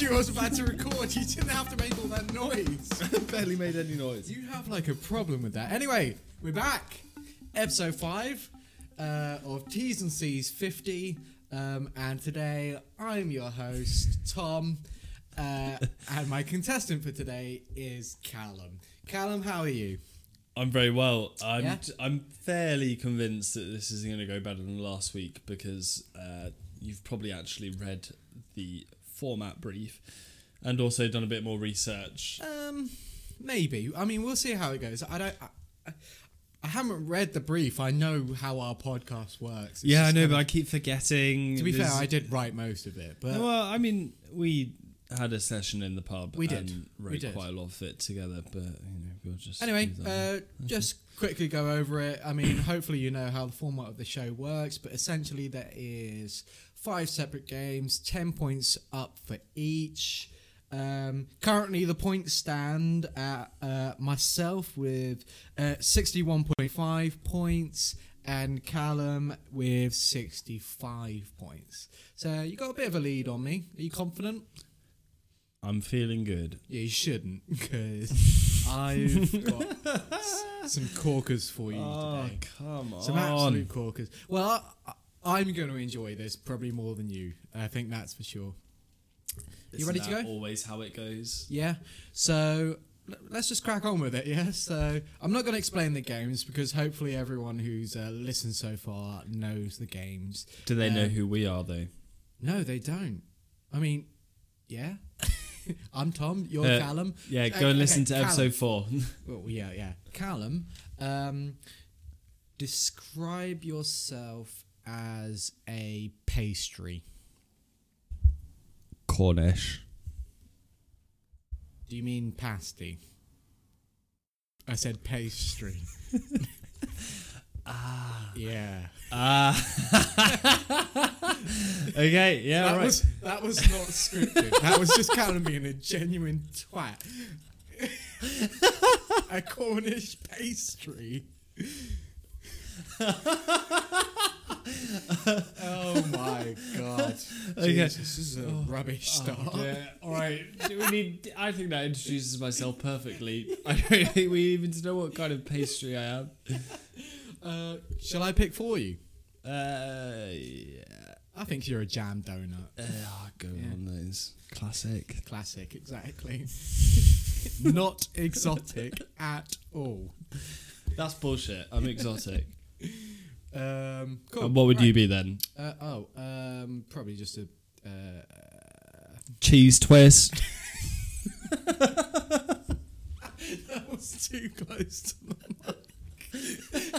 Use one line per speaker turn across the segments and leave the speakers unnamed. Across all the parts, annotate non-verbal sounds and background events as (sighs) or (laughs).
knew I was about to record. You didn't have to make all that noise.
(laughs)
Barely made any noise.
You have like a problem with that. Anyway, we're back. Episode 5 uh, of T's and C's 50. Um, and today I'm your host, Tom. (laughs) Uh, and my contestant for today is Callum. Callum, how are you?
I'm very well. I'm
Yeah?
I'm fairly convinced that this is going to go better than last week because uh, you've probably actually read the format brief and also done a bit more research.
Um, maybe. I mean, we'll see how it goes. I don't. I, I- I haven't read the brief. I know how our podcast works. It's
Yeah, I
just
know,
kind
but
of-
I keep forgetting.
to be fair,
There's-
I did write most of it, but
No, well, I mean, we had a session in the pub.
We did.
And
We
wrote
did.
quite a lot of it together, but you know, we'll just
Anyway,
do that.
uh, just quickly go over it. I mean, (coughs) hopefully you know how the format of the show works, but essentially there is five separate games, ten points up for each. Um, currently, the points stand at uh, myself with uh, sixty-one point five points and Callum with sixty-five points. So you got a bit of a lead on me. Are you confident?
I'm feeling good.
Yeah, you shouldn't, (laughs) because (laughs) I've got s- some corkers for you today.
come
Oh, Some absolute corkers. Well, I, I- I'm going to enjoy this probably more than you. I think that's for sure.
Isn't
ready to
that
go?
Always how it goes.
Yeah. So l- let's just crack on with it. Yeah. So I'm not going to explain the games because hopefully everyone who's uh, listened so far knows the games.
Do they know
Um,
who we are though?
No, they don't. I mean, yeah. (laughs) I'm Tom. You're
Uh,
Callum.
Yeah,
Uh,
go and listen
okay,
to
Callum.
episode four.
Well, yeah, yeah. Callum, um, describe yourself as a pastry.
(laughs) Cornish.
Do you mean pasty? I said pastry. (laughs) ah. Yeah.
Ah. (laughs) okay, yeah,
that
right.
was that was not scripted. that was just Callum being a genuine twat. a Cornish pastry. oh my god.
(laughs) Okay. Oh.
Jesus, this is a rubbish start.
yeah, all right. Do we need? I think that introduces myself perfectly. I don't think we even know what kind of pastry I am.
Uh, shall I pick for you?
Uh, yeah.
I think you're a jam donut.
Uh, I'll go on those classic.
Classic,
(laughs)
exactly. Not exotic (laughs) at all.
That's bullshit. I'm exotic.
Um, (laughs) cool.
and what would
Right.
you be then?
Uh, oh, um, probably just a. Uh,
Cheese twist.
(laughs) that was too close to the mic. (laughs)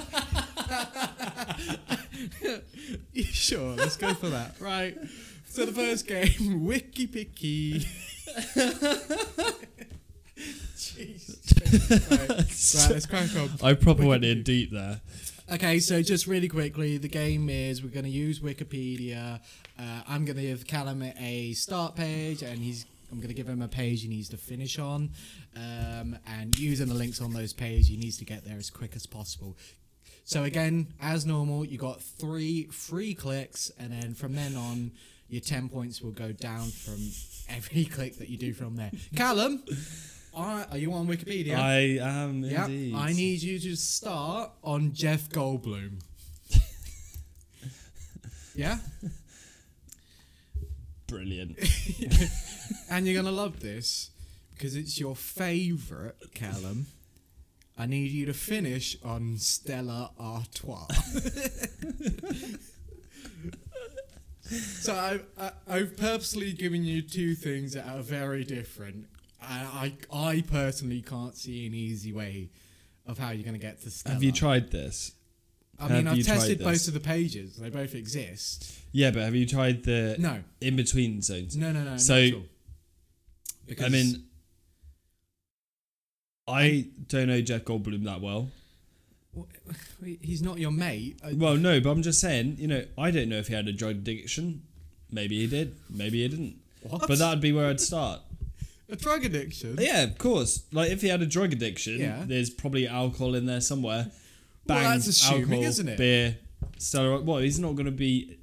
You sure, let's go for that. Right. So the first game, Wiki (laughs) Picky. Jeez. (laughs) Right. right, let's crack on.
I proper went in deep there.
Okay, so just really quickly, the game is we're going to use Wikipedia. Uh, I'm going to give Callum a start page, and he's I'm going to give him a page he needs to finish on, um, and using the links on those pages, he needs to get there as quick as possible. So again, as normal, you got three free clicks, and then from then on, your ten points will go down from every (laughs) click that you do from there. Callum, are, are you on Wikipedia?
I am
Yeah,
indeed.
I need you to start on Jeff Goldblum.
(laughs)
yeah,
brilliant.
and you're gonna love this because it's your favourite, Callum. I need you to finish on Stella Artois. (laughs) so I, I, I've purposely given you two things that are very different. I, I, I personally can't see an easy way of how you're gonna get to Stella.
Have you tried this?
I mean,
Have
I've
you tried
tested
this?
both of the pages. They both exist.
Yeah, but have you tried the
No,
in between zones?
no, no, no.
Uh, So,
not at all. Because
I mean, I don't know Jeff Goldblum that well.
(laughs) he's not your mate. Uh, I-
Well, no, but I'm just saying, you know, I don't know if he had a drug addiction. Maybe he did. Maybe he didn't.
What?
But that'd be where I'd start.
a drug addiction.
Yeah, of course. Like if he had a drug addiction,
Yeah.
there's probably alcohol in there somewhere.
Well,
Bang,
that's assuming,
alcohol,
isn't it?
beer, Stella. Well, he's not going to be.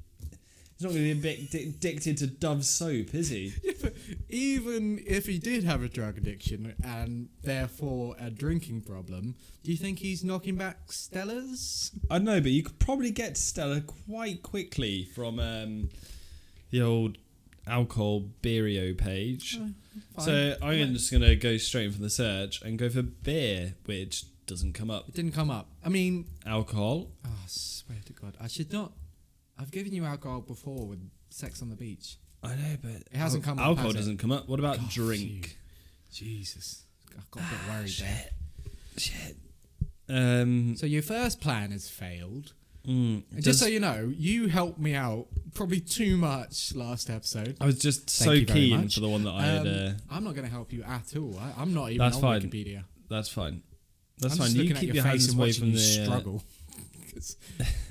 He's not going to be addic- addicted to Dove soap, is he?
(laughs) Even if he did have a drug addiction and therefore a drinking problem, do you think he's knocking back Stella's?
I don't know, but you could probably get to Stella quite quickly from um, the old alcohol beerio
Oh.
page. so I'm
Yeah.
just going to go straight from the search and go for beer, which doesn't come up.
It didn't come up. I mean,
Alcohol.
oh, I swear to God, I should not. I've given you alcohol before with sex on the beach.
I know, but
It hasn't come up,
Alcohol
has it?
doesn't come up. What about
God,
drink?
Jesus, I got a bit worried
Ah,
there.
Shit. Um,
So your first plan has failed.
mm,
And
does-
just so you know, you helped me out probably too much last episode.
I was just
Thank
so
you very
keen
much.
for the one that I
Um,
had. Uh,
I'm not going to help you at all. I, I'm not even
That's
on
fine.
Wikipedia.
that's fine. That's
I'm
fine.
Just
You
looking
keep
at your,
your
face
hands
and
away
watching
from
you
the uh,
struggle. (laughs) 'Cause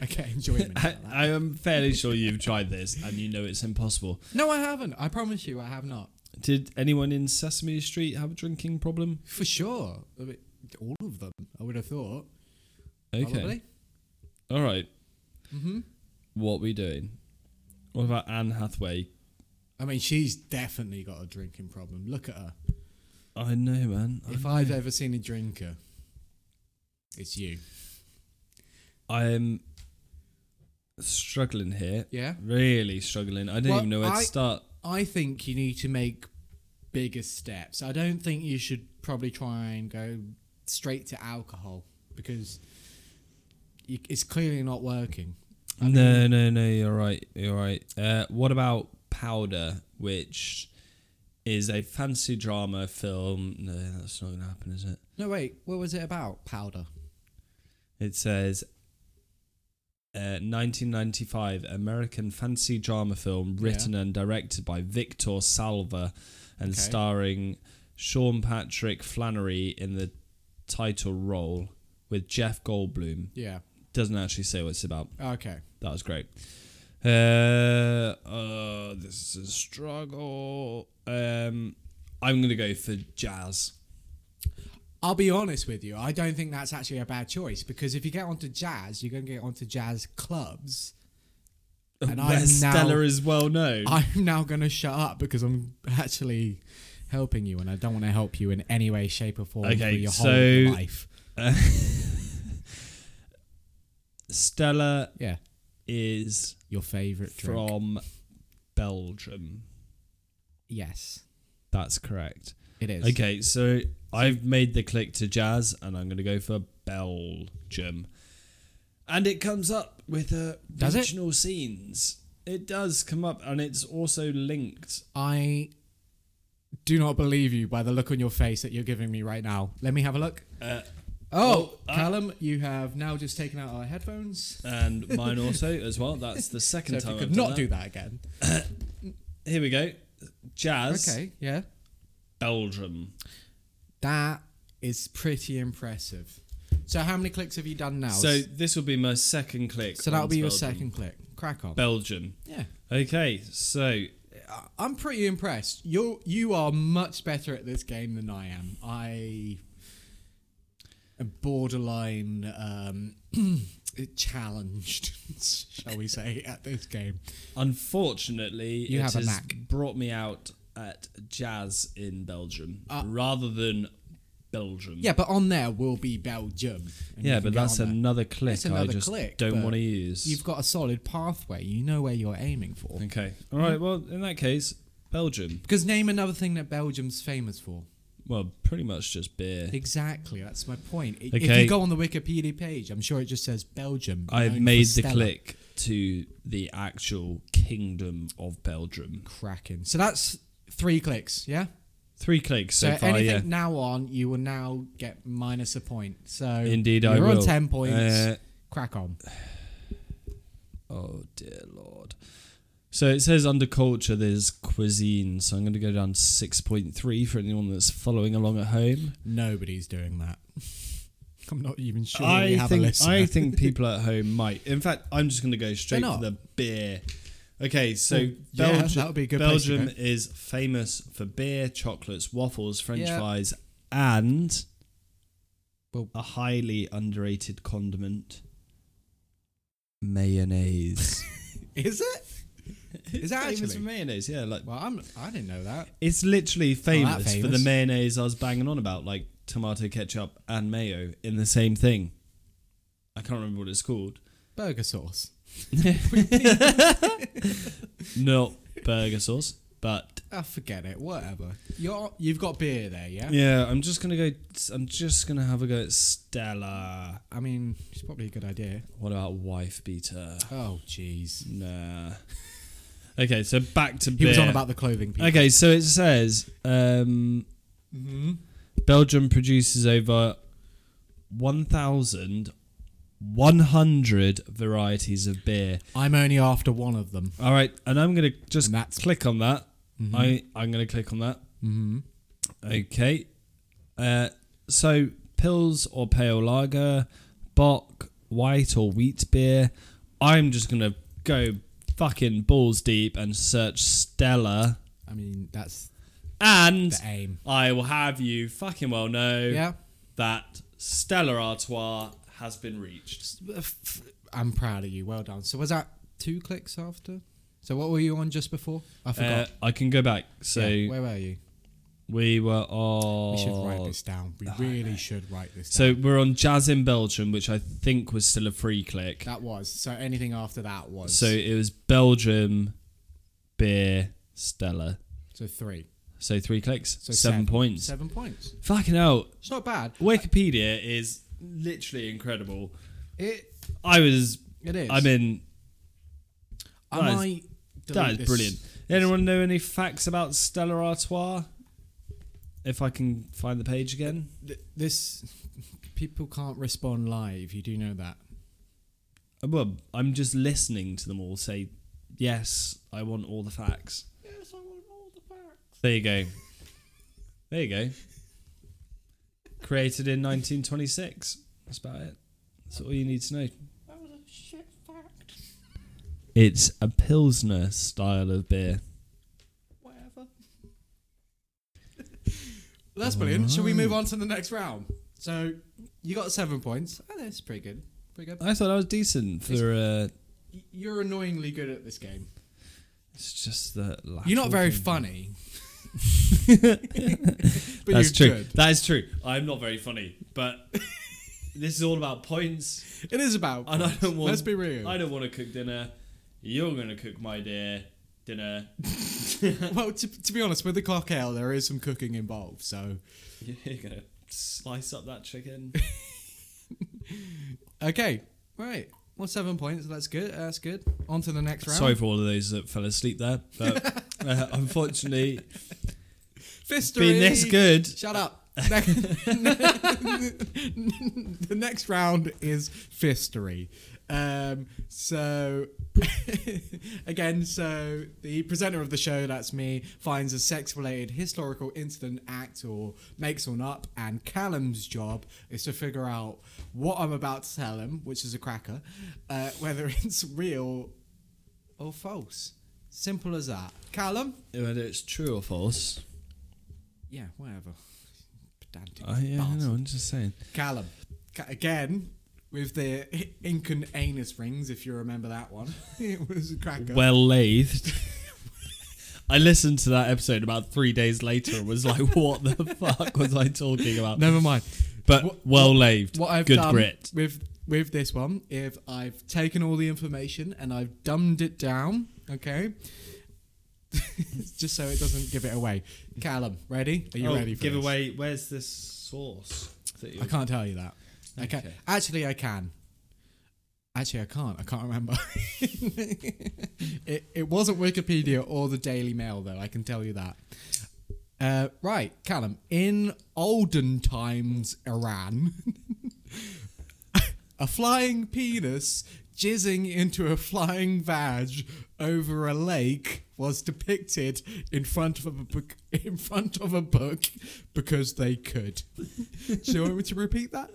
I get enjoyment. out
(laughs) I,
of that.
I am fairly sure you've tried this and you know it's impossible.
no, I haven't. I promise you, I have not.
Did anyone in Sesame Street have a drinking problem?
For sure, I mean, all of them. I would have thought.
Okay.
Probably.
All right.
Mm-hmm.
What we doing? What about Anne Hathaway?
I mean, she's definitely got a drinking problem. Look at her.
I know, man.
If
I
I've
know.
ever seen a drinker, it's you.
I'm struggling here.
Yeah.
Really struggling. I don't
Well,
even know where
I-
to start.
I think you need to make bigger steps. I don't think you should probably try and go straight to alcohol because you, it's clearly not working. I
no, no, no. You're right. You're right. Uh, what about Powder, which is a fancy drama film? No, that's not going to happen, is it?
No, wait. What was it about? Powder.
It says uh, 1995 American fantasy drama film written and directed by Victor Salva and
Okay.
starring Sean Patrick Flannery in the title role with Jeff Goldblum.
Yeah.
Doesn't actually say what it's about.
Okay.
That was great. Uh, uh, this is a struggle. Um, I'm going to go for jazz.
I'll be honest with you. I don't think that's actually a bad choice because if you get onto jazz, you're going to get onto jazz clubs. And
Where
I'm now-
Stella is well known.
(laughs) I'm now going to shut up because I'm actually helping you and I don't want to help you in any way, shape, or form
Okay,
for your whole
so-
life.
Stella
Yeah.
is
Your favorite drink.
from Belgium.
Yes,
That's correct.
it is.
Okay, so I've made the click to jazz and I'm going to go for Belgium. And it comes up with uh,
Does it?
regional scenes. It does come up and it's also linked.
I do not believe you by the look on your face that you're giving me right now. Let me have a look.
Uh,
Oh,
well, I-
Callum, you have now just taken out our headphones.
and mine also
(laughs)
as well. That's the
So
second
if
time
you
I've
could
done
not
that.
do that again.
Here we go. Jazz,
Okay, yeah.
Belgium.
That is pretty impressive. So how many clicks have you done now?
So this will be my second click.
so that'll
onto
be your
Belgium.
second click. Crack on.
Belgium.
yeah.
Okay, so
I- I'm pretty impressed. You're you are much better at this game than I am. I am borderline um, (clears throat) challenged, (laughs) shall we say, at this game.
Unfortunately,
You
it
have a
has
knack.
brought me out at jazz in Belgium
Ah.
rather than Belgium.
Yeah, but on there will be Belgium. and
yeah,
you can
but
get
that's
on there.
another click
It's another
I just
click,
don't
but
want to use.
You've got a solid pathway. You know where you're aiming for.
okay. All right. Well, in that case, Belgium.
Because name another thing that Belgium's famous for.
Well, pretty much just beer.
Exactly, that's my point. I- If
Okay.
you go on the Wikipedia page, I'm sure it just says Belgium. known
I've
for
made the
Stella.
click to the actual kingdom of Belgium.
Cracking. So that's three clicks, yeah?
Three clicks so,
So,
far.
anything
Yeah.
now on, you will now get minus a point. So
Indeed,
you're
I will.
on ten points.
Uh,
Crack on.
Oh dear lord. So it says under culture there's cuisine, so I'm going to go down to 6.3 for anyone that's following along at home.
Nobody's doing that. (laughs) I'm not even sure we
I
have a
think
listener.
I think people at home might. In fact, I'm just going to go straight for
not.
the beer. Okay, so
Well, yeah,
Belgium,
that would be a good place to
Belgium
go.
is famous for beer, chocolates, waffles, French
Yeah.
fries, and
Well-
a highly underrated (laughs) condiment, mayonnaise.
(laughs) Is it?
It's
Is that
famous for
actually?
mayonnaise? Yeah, like
Well, I'm, I didn't know that.
it's literally Oh, famous, for the
famous.
mayonnaise I was banging on about, like tomato ketchup and mayo in the same thing. I can't remember what it's called.
Burger sauce.
Not burger sauce, but
Ah, forget it. Whatever. You're, you've got beer there, yeah?
yeah, I'm just gonna go. I'm just gonna have a go at Stella.
I mean, it's probably a good idea.
What about wife beater?
Oh, jeez.
Nah. Okay, so back to
He was on
beer.
about the clothing people.
Okay, so it says um,
Mm-hmm.
Belgium produces over 1,100 varieties of beer.
I'm only after one of them.
All right, and I'm going to just
And that's-
click on that. I, I'm going to click on that.
Mm-hmm.
Okay. Uh, so, pills or pale lager, bock, white or wheat beer. I'm just going to go fucking balls deep and search Stella.
I mean, that's
And
the aim.
I will have you fucking well know
Yeah.
that Stella Artois has been reached.
uh, I'm proud of you. Well done. So was that two clicks after? So what were you on just before? I
Uh,
forgot.
I can go back. So
Yeah, where were you?
we were on.
We should write this down. We really should write this down.
So we're on Jazz in Belgium, which I think was still a free click.
That was. So anything after that was.
So it was Belgium, beer, Stella.
so three.
So three clicks,
So
seven, points.
Seven points.
Fucking hell!
It's not bad.
Wikipedia is literally incredible.
It
I was.
it is.
I mean,
I
that is-
might
that
delete
is
this.
brilliant. Anyone know any facts about Stella Artois? If I can find the page again.
Th- This people can't respond live. You do know that.
Uh, Well, I'm just listening to them all say, yes, I want all the facts.
Yes, I want all the facts.
There you go. There you go. Created in 1926. That's about it. That's all you need to know.
That was a shit fact.
It's a Pilsner style of beer.
Whatever. (laughs) That's brilliant. Shall we move on to the next round? So you got seven points. Oh, that's pretty good. Pretty good.
I thought I was decent for. Uh,
Y- You're annoyingly good at this game.
it's just the. lack
You're not
of
very
thing.
funny. (laughs) but
That's
you're
true.
good.
That is true. I'm not very funny, but (laughs) this is all about points.
It is about.
And I
points.
don't want.
Let's be real.
I don't want to cook dinner. You're going to cook my dear dinner. (laughs)
well, to, to be honest, with the clock ale, there is some cooking involved. So
You're gonna slice up that chicken.
okay, right. Well, seven points. That's good. That's good. On to the next round.
Sorry for all of those that fell asleep there,
(laughs)
but uh, unfortunately,
Fistery.
being this good,
Shut up. Ne- (laughs) the next round is fistery. Um, so, (laughs) again, so the presenter of the show, that's me, finds a sex related historical incident, act, or makes one up, and Callum's job is to figure out what I'm about to tell him, which is a cracker, uh, whether (laughs) it's real or false. Simple as that. Callum?
whether it's true or false,
Yeah, whatever. Pedantic.
I, Oh, yeah, I
bastard.
know, I'm just saying.
Callum. Ca- again, with the i- Incan anus rings, if you remember that one. (laughs) it was a cracker.
Well lathed. (laughs) I listened to that episode about three days later and was like, what the (laughs) fuck was I talking about?
Never mind.
but
what-
well lathed.
What I've
Good
done
grit.
with with this one, if I've taken all the information and I've dumbed it down, okay, (laughs) just so it doesn't give it away. Callum, ready? Are you ready for
Oh, give
this?
away, where's this sauce? That you
I can't tell you that. Okay.
Okay.
Actually, I can. Actually, I can't. I can't remember. (laughs) it, it wasn't Wikipedia or the Daily Mail, though. I can tell you that. Uh, right, Callum. In olden times, Iran, (laughs) a flying penis jizzing into a flying vag over a lake was depicted in front of a book, in front of a book because they could. (laughs) Do you want me to repeat that?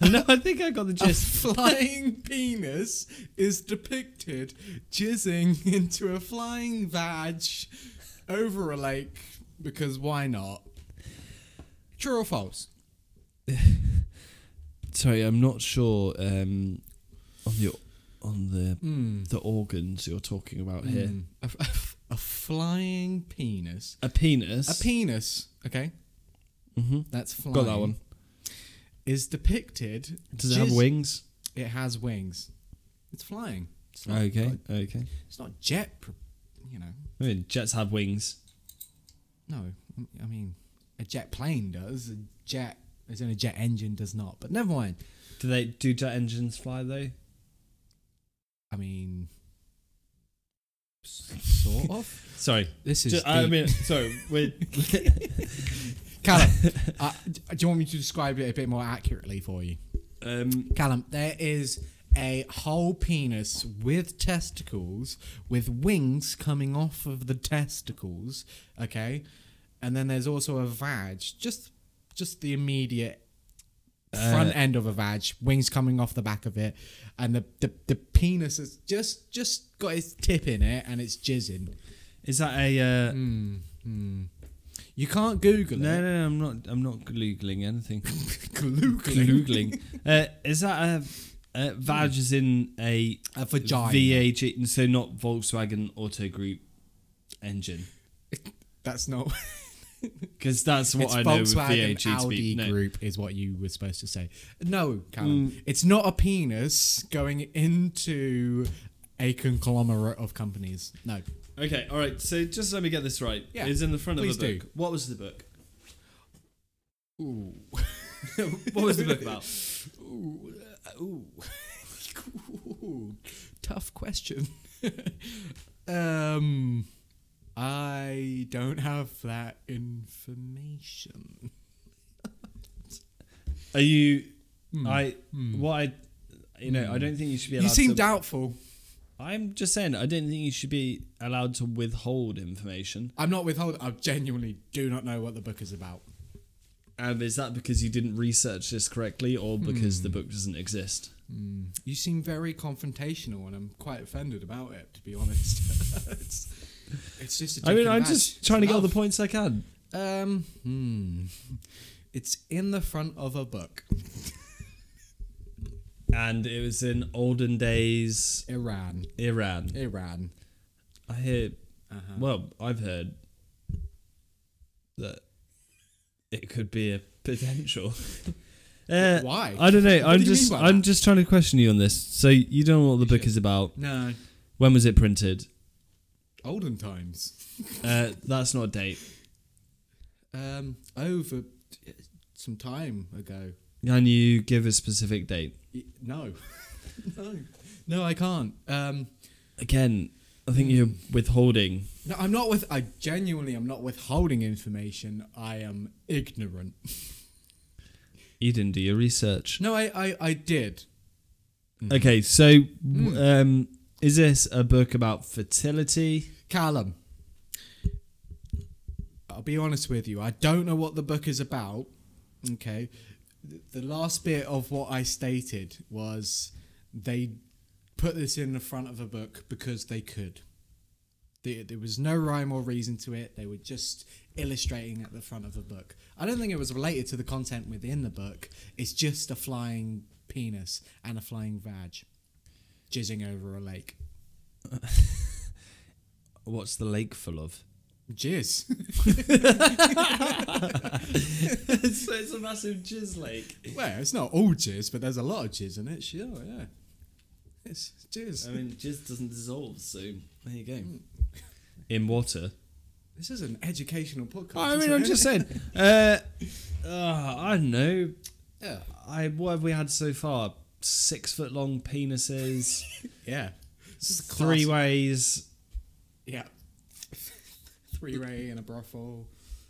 (laughs) no, I think I got the
A
(laughs) gist.
flying penis is depicted jizzing into a flying vag over a lake because why not? True or false?
Sorry, I'm not sure um, on the on the
Hmm.
the organs you're talking about here.
Hmm. A, a, a flying penis.
A penis.
A penis. Okay,
hmm
that's flying.
Got that one.
Is depicted.
Does it have
jizz-
wings?
It has wings. It's flying. It's not,
Okay.
like-
Okay.
it's not jet. pro- You know.
I mean, jets have wings.
No, I mean a jet plane does. A jet, as in a jet engine, does not. But never mind.
Do they do jet engines fly though?
I mean, s- sort
(laughs)
of.
Sorry.
This is.
Ju- I
deep.
mean, sorry. We're,
Callum, uh, d- do you want me to describe it a bit more accurately for you?
(laughs) um,
Callum, there is a whole penis with testicles, with wings coming off of the testicles. Okay, and then there's also a vag, just just the immediate front end of a vag, wings coming off the back of it, and the the, the penis has just just got its tip in it and it's jizzing.
is that a? Uh,
Mm, mm. You can't Google
no, no,
it.
no. I'm not. I'm not googling
(laughs)
anything.
Googling.
googling. Uh, is that a? Uh, Vag is in a
A vagina.
uh, VAG, so not Volkswagen Auto Group engine,
That's not. (laughs)
because that's what
it's
I know with
Volkswagen
VAG to
Audi
be. No.
Group is what you were supposed to say. No, Callum, it's not a penis going into a conglomerate of companies. No,
Okay, all right. So just let me get this right.
Yeah,
it's in the front of a
please do.
book. What was the book?
ooh,
(laughs) what was the book
(laughs)
about?
ooh, uh, ooh, Ooh. (laughs) tough question. (laughs) um, I don't have that information.
Are you?
Hmm.
I.
Hmm.
What I. You know, I don't think you should be allowed.
You seem
to,
doubtful.
I'm just saying, I don't think you should be allowed to withhold information.
I'm not withholding. I genuinely do not know what the book is about.
And Um, is that because you didn't research this correctly, or because the book doesn't exist?
You seem very confrontational, and I'm quite offended about it, to be honest. (laughs) it's, it's just. A
I mean,
joke
I'm
about-
just trying to get all the
Love.
points I can.
Um. Hmm. It's in the front of a book.
And it was in olden days
Iran.
Iran.
Iran.
I hear.
Uh-huh.
Well, I've heard that it could be a potential. (laughs) uh,
Why?
I don't know.
What
I'm
do you mean
just.
by
I'm
that?
just trying to question you on this. So you don't know what the book
should.
is about.
No.
When was it printed?
Olden times.
Uh, that's not a date.
Um. Over uh, some time ago.
Can you give a specific date?
Y- No. (laughs) no. No, I can't. Um.
Again, I think you're withholding.
No, I'm not with. I genuinely am not withholding information. I am ignorant.
You didn't do your research.
No, I, I, I did.
Okay, so um, is this a book about fertility?
Callum, I'll be honest with you. I don't know what the book is about. Okay. Th- The last bit of what I stated was they put this in the front of a book because they could. There there was no rhyme or reason to it. They were just illustrating at the front of a book. I don't think it was related to the content within the book. It's just a flying penis and a flying vag jizzing over a lake.
What's the lake full of?
Jizz.
(laughs)
(laughs)
so it's a massive jizz lake.
Well, it's not all jizz, but there's a lot of jizz in it. Sure, yeah. It's jizz.
I mean, jizz doesn't dissolve, so there you go. In water.
this is an educational podcast.
I mean,
isn't
I'm
it?
just saying. (laughs) Uh, uh, I don't know.
Yeah.
I what have we had so far? Six foot long (laughs) penises,
Yeah. This is
three
classic-
ways,
Yeah. Three ray in a brothel.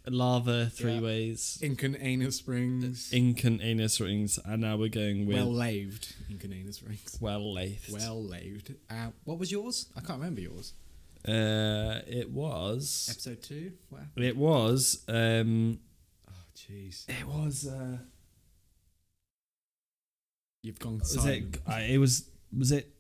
lava, three
Yeah.
ways,
Inconanus Springs.
Incan anus rings, and now we're going with
well
well,
laved. Inconanus Springs.
well lathed.
Well laved. Uh, what was yours? I can't remember yours.
Uh, it was.
Episode two. Wow.
It was. Um,
Oh, jeez.
it was. Uh,
You've gone
was
silent.
it? I, it was. Was it?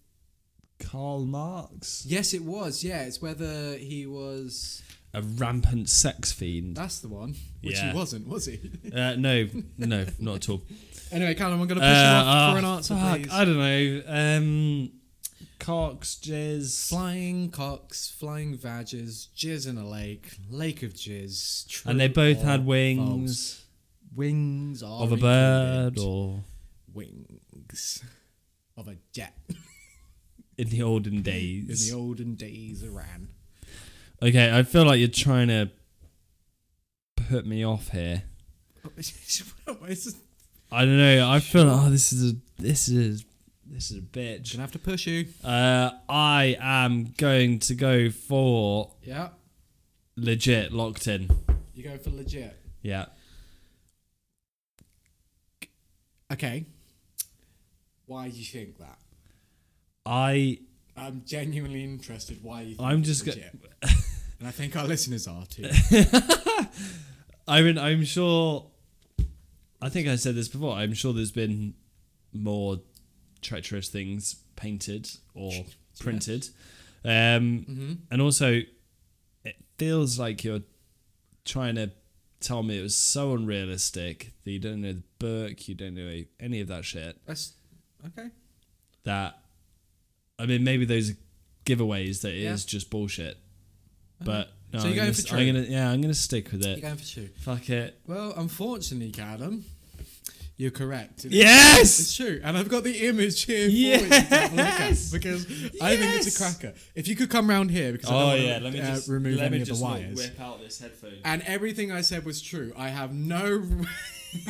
Karl Marx.
Yes, it was. Yeah, it's whether he was.
a rampant sex fiend.
That's the one. Which
Yeah.
he wasn't, was he?
Uh, no, no, not at all.
Anyway, Callum, I'm going
Uh,
to push you off
ah,
for an answer,
fuck,
please.
I don't know. Um, cocks, jizz,
Flying cocks, flying vages, jizz in a lake, lake of jizz. true
and they both
or
had
false?
wings
Wings are
of a bird
included.
or
wings of a jet
in the olden
in
days.
the olden days of Iran.
okay, I feel like you're trying to put me off here.
It's-
I don't know. I feel like oh, this is a this is this is a bitch.
Gonna have to push you.
Uh, I am going to go for
Yeah,
legit locked in.
you go for legit.
Yeah.
Okay. Why do you think that?
I
I'm genuinely interested. Why you? Think
I'm
it's
just go-
legit. and I think our listeners are too.
I mean I'm sure I think I said this before. I'm sure there's been more treacherous things painted or printed. Um
Mm-hmm.
and also it feels like you're trying to tell me it was so unrealistic that you don't know the book, you don't know any of that shit.
That's okay.
that I mean maybe those are giveaways that it is
Yeah. Uh-huh.
just bullshit. But no,
So
I'm,
you're
gonna,
going for
s- I'm
true?
gonna yeah, I'm gonna stick with
You're
it.
going for two.
Fuck it.
Well, unfortunately, Callum, you're correct. It- It's
Yes.
true, and I've got the image here for you to have a look at,
Yes!
because I think it's a
Yes!
cracker. If you could come round here, because I
Oh
don't
yeah,
want
let me
to, uh,
just
remove
let
any
me
of
just
the
not
wires.
whip out this headphone.
And everything I said was true. I have no. (laughs)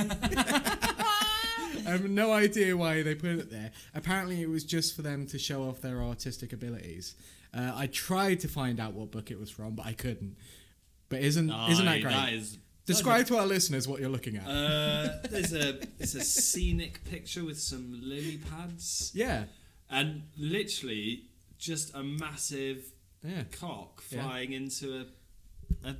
I have no idea why they put it there. Apparently, it was just for them to show off their artistic abilities. Uh, I tried to find out what book it was from, but I couldn't. But isn't isn't that
Aye,
great?
That is,
Describe to our listeners what you're looking at.
uh, there's a it's a scenic picture with some lily pads
yeah,
and literally just a massive
yeah.
cock
Yeah.
flying into a a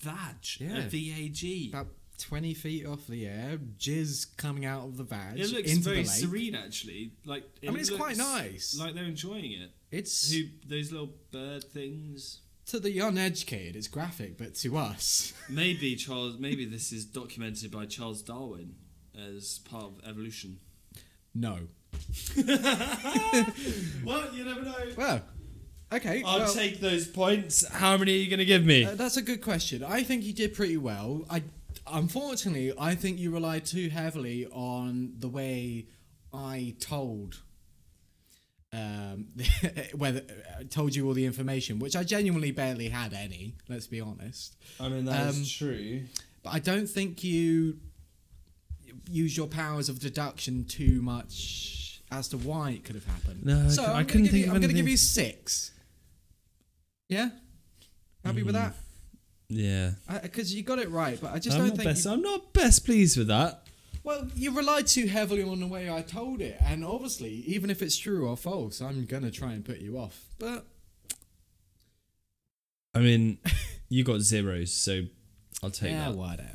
vag,
Yeah.
a vag.
About twenty feet off the air, jizz coming out of the vag
It looks
into
very
the lake.
serene, actually. Like
I mean, it's quite nice.
Like they're enjoying it.
It's
Who those little bird things?
to the uneducated, it's graphic, but to us, (laughs)
Maybe Charles. Maybe this is documented by Charles Darwin as part of (laughs) evolution.
no.
Well, you never know.
Well, okay.
I'll
well,
take those points. How many are you going to give me?
uh, that's a good question. I think you did pretty well. I unfortunately, I think you relied too heavily on the way I told. Um, (laughs) whether uh, told you all the information, which I genuinely barely had any. Let's be honest.
I mean, that is
um,
true.
But I don't think you use your powers of deduction too much as to why it could have happened.
No, I
so
c- I
I'm
couldn't
gonna give
think
you,
of
I'm going to give
anything.
you six. Yeah, happy
Mm.
with that?
Yeah,
Because you got it right, but I just
I'm
don't
not
think.
best.
You,
I'm not best pleased with that.
well, you relied too heavily on the way I told it, and obviously, even if it's true or false, I'm going to try and put you off. But (laughs)
I mean, you got zeros, so I'll take
yeah,
that.
whatever.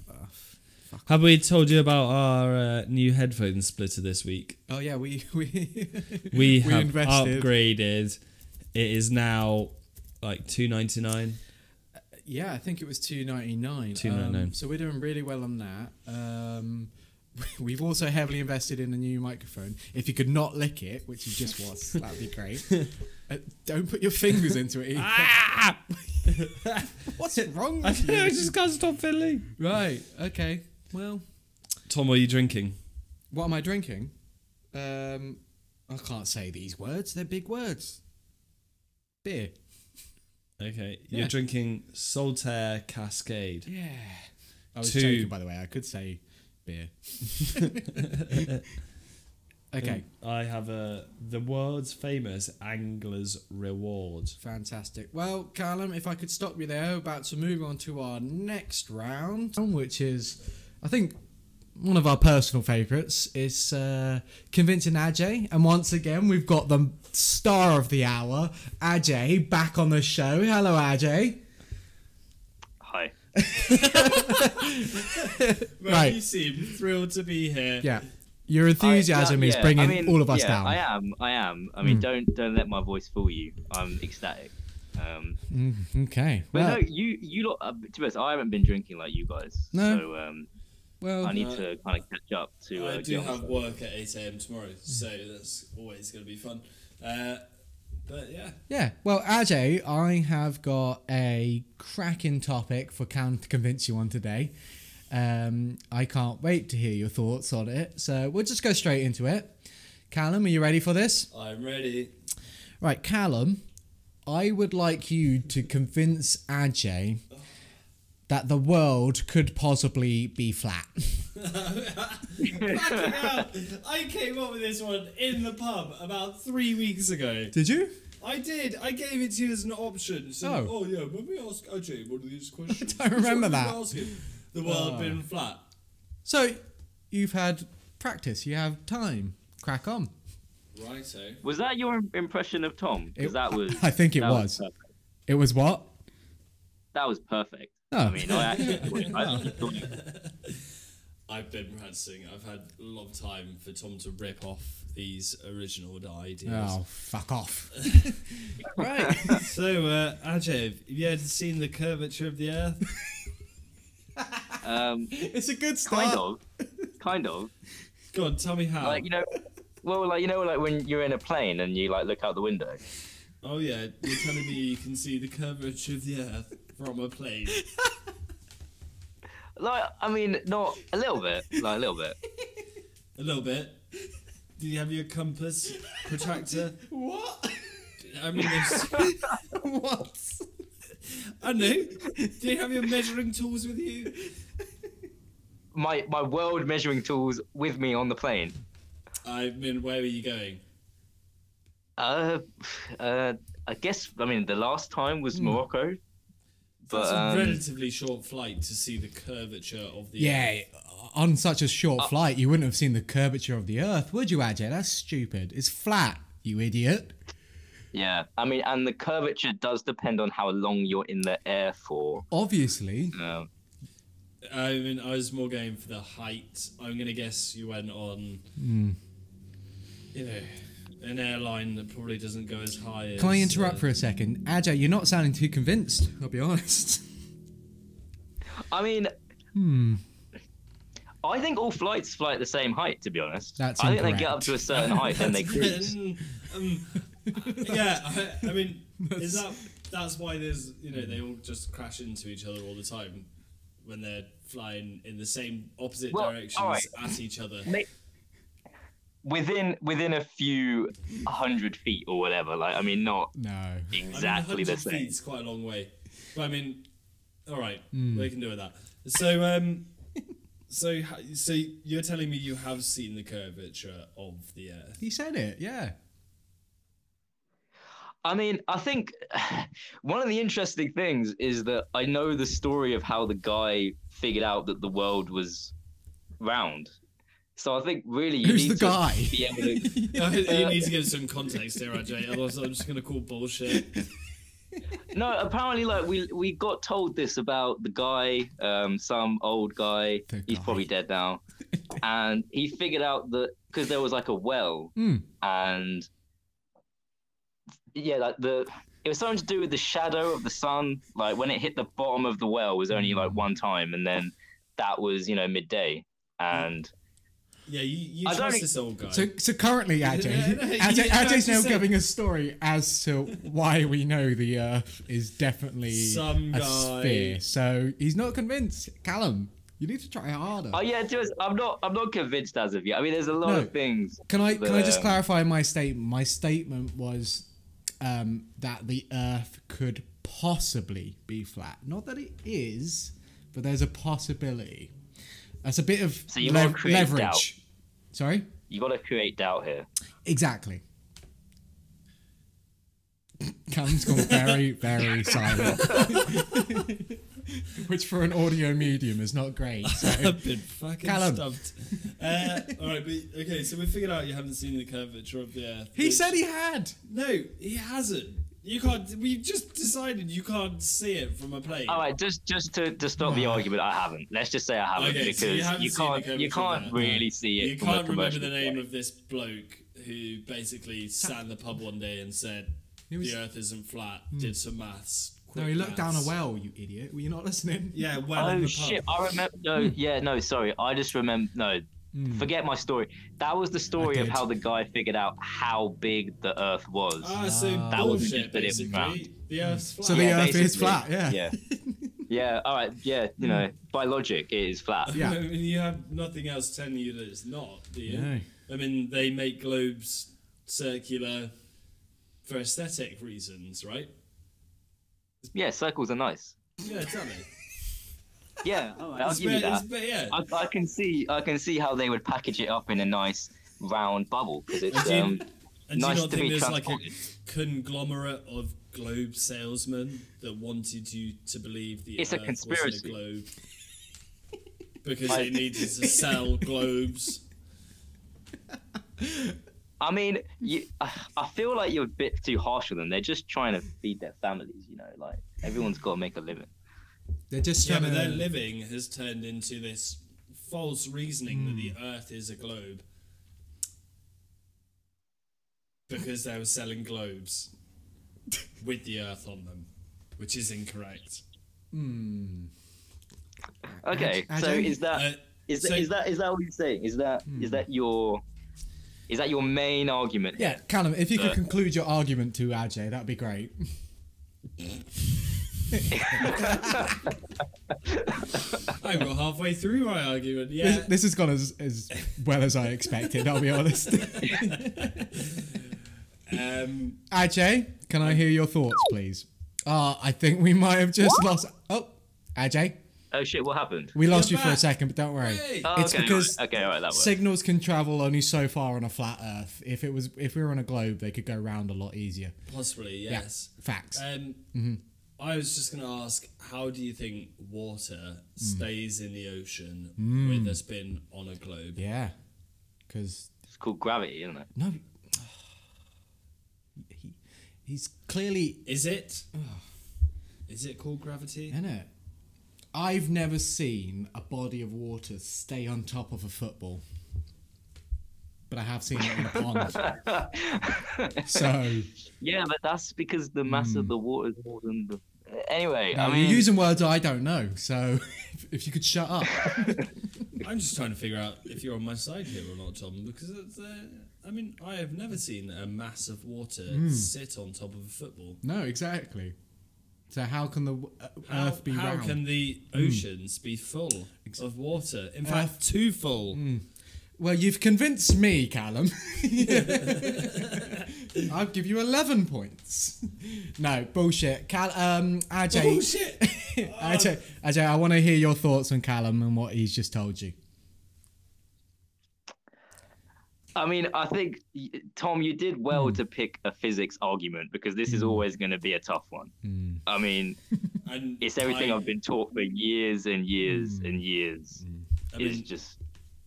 Have we told you about our uh, new headphone splitter
(laughs)
this week?
Oh yeah, we we
We, have
invested.
upgraded. It is now like two ninety nine.
Yeah, I think it was two ninety nine.
£2.99.
Um, so we're doing really well on that. Um, (laughs) we've also heavily invested in a new microphone. If you could not lick it, which you just
(laughs)
was, that'd be great. Uh, don't put your fingers into
(laughs)
it. either.
Ah!
What's wrong
(laughs) I
with
know, I
you?
Mm.
just can't stop fiddling.
Right. Okay. Well,
Tom, what are you drinking?
what am I drinking? Um, I can't say these words. They're big words. Beer.
Okay,
Yeah.
you're drinking Solitaire Cascade.
Yeah. I was
Two.
joking, by the way. I could say beer. (laughs) okay.
And I have a the world's famous angler's reward.
Fantastic. Well, Callum, if I could stop you there, we're about to move on to our next round, which is, I think, one of our personal favourites. It's uh, convincing Ajay, and once again we've got the star of the hour, Ajay, back on the show. Hello, Ajay.
Hi.
Well, Right.
you
you
seem thrilled to be here.
Yeah, your enthusiasm
I-
is
yeah,
bringing
I mean,
all of us
yeah,
down. Hmm.
I am. I am. I mean, don't don't let my voice fool you. I'm ecstatic. Um,
Mm, okay.
but
Well,
no, you you lot. Uh, to be honest, I haven't been drinking like you guys.
No.
So um,
well,
I need
Oh, no.
to kind of catch up to. Uh,
I
get
do
on
have
stuff.
work at 8 a.m. tomorrow, so that's always going to be fun. Uh,
But yeah.
Yeah. Well, Ajay, I have got a cracking topic for Cam to convince you on today. Um, I can't wait to hear your thoughts on it. So we'll just go straight into it. Callum, are you ready for this?
I'm
(laughs)
ready.
Right, Callum, I would like you to convince Ajay that the world could possibly be flat.
Fucking hell. I came up with this one in the pub about three weeks ago.
(laughs) Did you?
I did. I gave it to you as an option. So,
Oh.
oh. yeah, when we ask Ajay one of
(laughs)
these questions,
I don't remember
what
that.
do we
Oh.
Ask him? The world been flat.
So you've had practice, you have time. Crack on.
Righto.
Was that your im- impression of Tom?
It-
Because that was.
(laughs) I think it
that
was. It was what?
that was perfect.
Oh.
I mean, I actually,
(laughs)
I actually thought
I've been practicing. I've had a lot of time for Tom to rip off these original ideas.
Oh, fuck (laughs) off.
Right.
Oh.
(laughs)
so, uh, Ajay, have you ever seen the curvature of the Earth?
um,
(laughs) It's a good (laughs)
kind of, kind of.
Go on, tell me how.
Like you know, well, like you know, like when you're in a plane and you like look out the window.
Oh yeah, you're telling me you can see the curvature of the Earth from a plane.
Like I mean, not a little bit, like a little bit.
A little bit. Do you have your compass protractor?
(laughs) What?
I mean, there's-
what?
I know. Do you have your measuring tools with you?
My my world measuring tools with me on the plane.
I mean, where are you going?
Uh, uh, I guess I mean the last time was
Hmm.
Morocco,
That's
but
a
um,
relatively short flight to see the curvature of the Earth.
Yeah, on such a short flight, you wouldn't have seen the curvature of the Earth, would you, Ajay? That's stupid. It's flat, you idiot.
yeah, I mean, and the curvature does depend on how long you're in the air for.
Obviously.
Um,
I mean, I was more going for the height. I'm gonna guess you went on, you know, an airline that probably doesn't go as high.
Can I
as,
interrupt
uh,
for a second? Ajay, you're not sounding too convinced, I'll be honest. (laughs)
I mean,
Hmm.
I think all flights fly at the same height. To be honest,
That's
I think they get
incorrect.
up to a certain
(laughs)
height and they cruise.
Mm, um, (laughs) yeah, I, I mean, is that that's why there's you know they all just crash into each other all the time when they're flying in the same opposite
Well,
directions
alright.
at each other.
within within a few hundred feet or whatever. Like I mean, not
No.
exactly the
100
same.
feet's quite a long way. But I mean, all right, we can do with that. So, um, so, ha- so you're telling me you have seen the curvature of
(laughs)
the Earth?
He said it, yeah.
I mean, I think (sighs) one of the interesting things is that I know the story of how the guy figured out that the world was round. So I think really you
Who's
need
the
to
guy?
be
(laughs)
able to.
I- you need to give some context here, Ajay. Otherwise, I'm just going to call bullshit.
No, apparently, like we we got told this about the guy, um, some old guy.
The
He's
guy.
probably
(laughs)
dead now, and he figured out that because there was like a well,
Hmm.
and yeah, like the it was something to do with the shadow of the sun. Like when it hit the bottom of the well was only like one time, and then that was you know midday, and
Yeah, you, you
I don't e-
trust
think-
this old guy.
So, so currently, Ajay,
No, no, you
Ajay
have
Ajay's
to
now
say-
giving a story as to why we know the Earth is definitely
Some
a
guy.
sphere. So he's not convinced. Callum, you need to try harder.
oh yeah, to us, I'm not I'm not convinced as of yet. I mean, there's a lot
No.
of things.
Can I can I just
that- um,
clarify my statement? My statement was um, that the Earth could possibly be flat. Not that it is, but there's a possibility. That's a bit of
So you
lev-
won't create
leverage.
doubt.
Sorry.
You got to create doubt here.
Exactly. Cam's gone very, very silent. (laughs) Which for an audio medium is not great. So.
(laughs) I've been fucking
Callum.
stumped. Uh, all right, but okay. So we figured out you haven't seen the curvature of the Earth.
He
which-
said he had.
no. He hasn't. You can't. We've just decided you can't see it from a plane.
All right, just just to, to stop the argument, I haven't. Let's just say I haven't
Okay,
because
so you haven't
you
seen the
can't you
curvature of
can't
that, no.
really see it.
You
from a
can't remember
commercial
the name
perspective.
of this bloke who basically sat in the pub one day and said
He was- Hmm.
the Earth isn't flat. Did some maths.
No,
quick
he looked down a
maths."
well, you idiot. Were you not listening?
Yeah, well in
Oh
the pub. Hmm.
shit! I remember. No, yeah, no. Sorry, I just remember. No,
Hmm.
Forget my story. That was the story of
did.
how the guy figured out how big the Earth was.
Ah, so
That was
bullshit,
just that it was round.
basically. The Earth's flat.
So the Earth is
basically.
flat. Yeah. (laughs) Hmm.
Yeah. yeah. All right. Yeah. You know, by logic, it is
(laughs)
flat.
Yeah.
I mean, you have nothing else telling you that it's not, do you?
No.
I mean, they make globes circular for aesthetic reasons, right?
Yeah. Circles are nice.
Yeah, tell me.
Yeah. All right. I'll
It's
give you
ba-
that.
it's ba- yeah.
I, I can see. I can see how they would package it up in a nice round bubble because it's
Do you-
um,
and
nice
do you not
to
think
be
there's like a
transported.
conglomerate of globe salesmen that wanted you to believe the
It's a
Earth wasn't
conspiracy.
a globe (laughs) because
I-
they needed to sell globes?
I mean,
(laughs)
you, I I feel like you're a bit too harsh on them. They're just trying to feed their families, you know. Like everyone's got to make a living.
They're just
Yeah,
trying
but their
to.
living has turned into this false reasoning that
Hmm.
the Earth is a globe because they were
(laughs)
selling globes with the Earth on them, which is incorrect.
Okay,
I
so
don't- Hmm.
is
Uh,
that is
so-
that is that is that what you're saying? Is that is that your is that your main argument?
Yeah, Callum, if you could conclude your argument to Ajay, that'd be great.
I got halfway through my argument. Yeah,
This, (laughs) this has gone as, as well as I expected, I'll be honest.
(laughs)
um,
Ajay, can I hear your thoughts, please? Ah, I think we might have just lost. Oh, Ajay,
Oh shit! What happened?
we lost
You're
you for a
back.
second, but don't worry.
Hey.
Oh,
it's
okay,
because
alright, okay, all right, that works.
signals can travel only so far on a flat Earth. If it was, if we were on a globe, they could go round a lot easier.
possibly
Yeah,
yes.
facts. Mm-hmm.
Um, I was just going to ask, how do you think water
Hmm.
stays in the ocean when there's been on a globe?
yeah, because
it's called gravity, isn't it? (laughs)
no, (sighs) he, he's clearly
Is it? Is it called gravity?
in it. I've never seen a body of water stay on top of a football, but I have seen it in a pond. so.
Yeah, but that's because the mass of the water is more than the. Anyway,
Hmm. Now,
I mean,
you're using words I don't know, so (laughs) if, if you could shut up.
I'm just trying to figure out if you're on my side here or not, Tom, because it's, uh, I mean, I have never seen a mass of water
Hmm.
sit on top of a football.
no, exactly. So how can the w- uh,
How,
Earth be
how
round? Hmm.
can the oceans be full of water? In fact, too full.
Hmm. Well, you've convinced me, Callum. (laughs) I'll give you 11 points. No, bullshit. Cal- um, Ajay.
Oh, Bullshit!
(laughs) Ajay, Ajay, I want to hear your thoughts on Callum and what he's just told you.
I mean, I think y- Tom, you did well
Hmm.
to pick a physics argument because this is always going to be a tough one.
Hmm.
I mean,
And
it's everything
I,
I, have been taught for years and years
Mm.
and years.
I
It's
mean,
just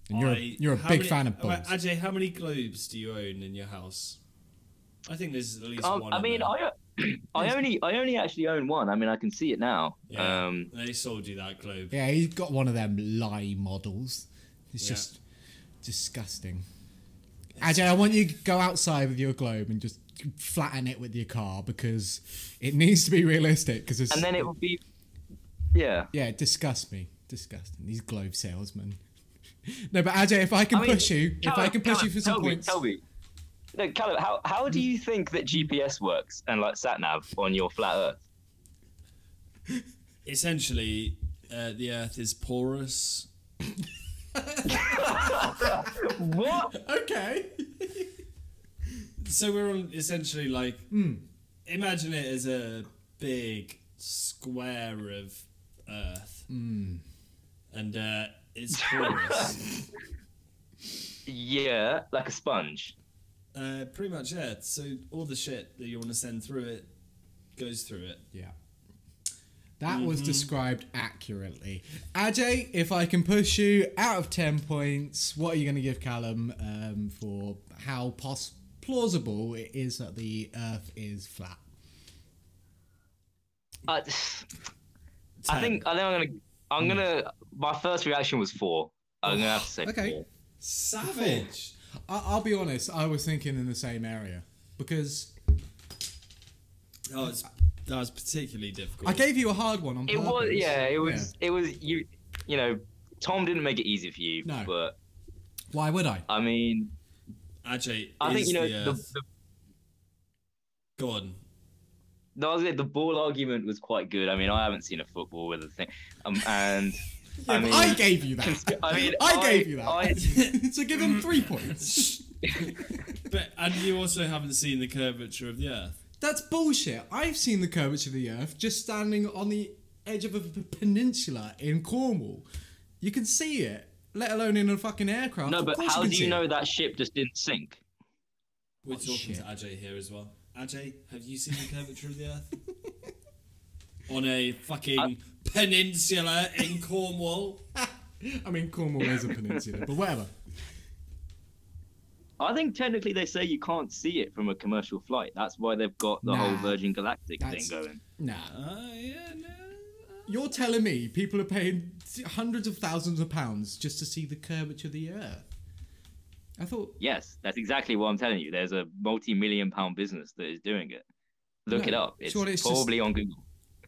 And you're, a-
I-
you're a
how
big
many-
fan of
well,
balls.
Ajay, how many globes do you own in your house? I think there's at
Oh,
least
Um,
one.
I
in
mean,
there.
uh,
I, (clears throat) I only, I only actually own one. I mean, I can see it now.
Yeah,
Um,
they sold you that globe.
yeah, he's got one of them lie models. It's
Yeah.
just disgusting. Ajay, I want you to go outside with your globe and just flatten it with your car because it needs to be realistic. Because
and then it would be, yeah.
Yeah, it disgusts me. Disgusting. These globe salesmen. (laughs) No, but Ajay, if I can
I mean,
push you, if I
Callum,
can push you
Callum,
for some
tell me,
points,
tell me. No, Callum, how, how do you think that GPS works and like sat nav on your flat Earth?
Essentially, uh, the Earth is porous.
What?
okay.
So we're on essentially like
Hmm.
imagine it as a big square of Earth,
Hmm.
and uh, it's porous. (laughs)
Yeah, like a sponge.
uh, pretty much yeah. So all the shit that you want to send through it goes through it.
Yeah. That
Mm-hmm.
was described accurately. Ajay, if I can push you out of 10 points, what are you going to give Callum um, for how pos- plausible it is that the earth is flat?
I, (sighs) I think I think I'm gonna I'm gonna my first reaction was four. I'm gonna have to say
Okay.
four.
Savage.
I- I'll be honest, I was thinking in the same area because
Oh, it's that was particularly difficult.
I gave you a hard one on
It was
purpose.
yeah, it was it was you you know, Tom didn't make it easy for you,
No.
but
Why would I?
I mean,
Ajay
I
is
think you
the,
know the,
uh,
the,
go on.
no, I was gonna- the ball argument was quite good. I mean, I haven't seen a football with a thing, um,
(laughs)
and I mean,
I gave you that.
(laughs) I mean,
I gave
I-
you that.
I-
(laughs) so give him three points.
(laughs) But and you also haven't seen the curvature of the earth.
That's bullshit. I've seen the curvature of the earth just standing on the edge of a p- peninsula in Cornwall. You can see it, let alone in a fucking aircraft.
no,
Of
but
course
how
can
do
see
you
it.
know that ship just didn't sink?
We're talking
Oh, shit.
to Ajay here as well. Ajay, have you seen the curvature of the earth? (laughs) On a fucking peninsula in
(laughs)
Cornwall.
I mean, Cornwall is a peninsula, but
(laughs)
whatever.
I think technically they say you can't see it from a commercial flight. That's why they've got the
Nah,
whole Virgin Galactic
that's-
thing going.
Nah.
Ah, yeah, no.
You're telling me people are paying hundreds of thousands of pounds just to see the curvature of the earth? I thought
Yes, that's exactly what I'm telling you. There's a multi-million pound business that is doing it. Look
No,
it up. It's
surely it's just-
probably on Google.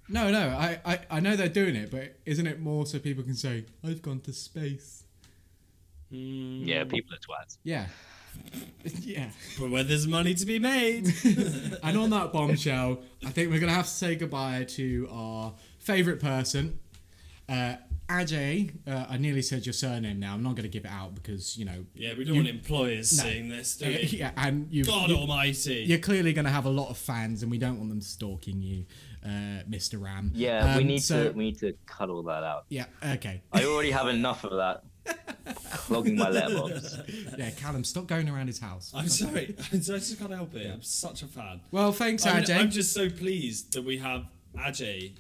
No, no, I, I, I know they're doing it, but isn't it more so people can say, I've gone to space?
Hmm.
Mm.
Yeah, people are twats.
Yeah. (laughs) yeah.
But where there's money to be
(laughs)
made.
And on that bombshell, I think we're going to have to say goodbye to our favourite person, uh, Ajay. Uh, I nearly said your surname now. I'm not going to give it out because, you know.
yeah, we don't want employers seeing this,
(laughs)
do we?
Yeah, and you've,
God
you,
almighty.
you're clearly going to have a lot of fans, and we don't want them stalking you, uh, Mr. Ram.
Yeah, we
Um,
need
so-
to we need to cut all that out.
Yeah, okay.
I already have enough of that clogging my letterbox.
Yeah, Callum, stop going around his house.
I'm sorry. (laughs) I just can't help it. I'm such a fan.
Well, thanks,
I'm,
Ajay.
I'm just so pleased that we have Ajay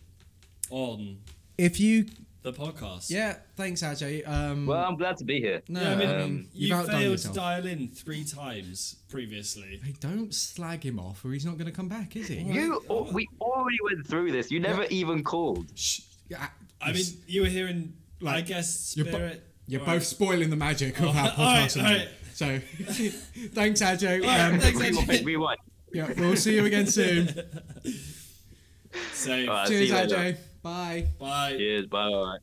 on
If you
the podcast.
Yeah, thanks, Ajay. Um,
Well, I'm glad to be here.
no,
Yeah, I mean,
I
um,
mean, you've
you
outdone
failed
yourself.
to dial in three times previously.
Hey, don't slag him off, or he's not going to come back, is he?
You al- we already went through this. You never even called.
Shh. Yeah,
I mean, you were here in, I
Like,
guess,
you're bo-
spirit.
you're
All
both
right.
spoiling the magic of
all
our
right,
podcast.
all
tonight. So, (laughs) thanks, Ajay. Um,
thanks, Ajay.
Rewind. rewind.
yeah, we'll see you again soon.
So,
All right. (laughs) I'll see
Cheers,
you later.
Ajay. Bye.
bye.
Cheers. Bye.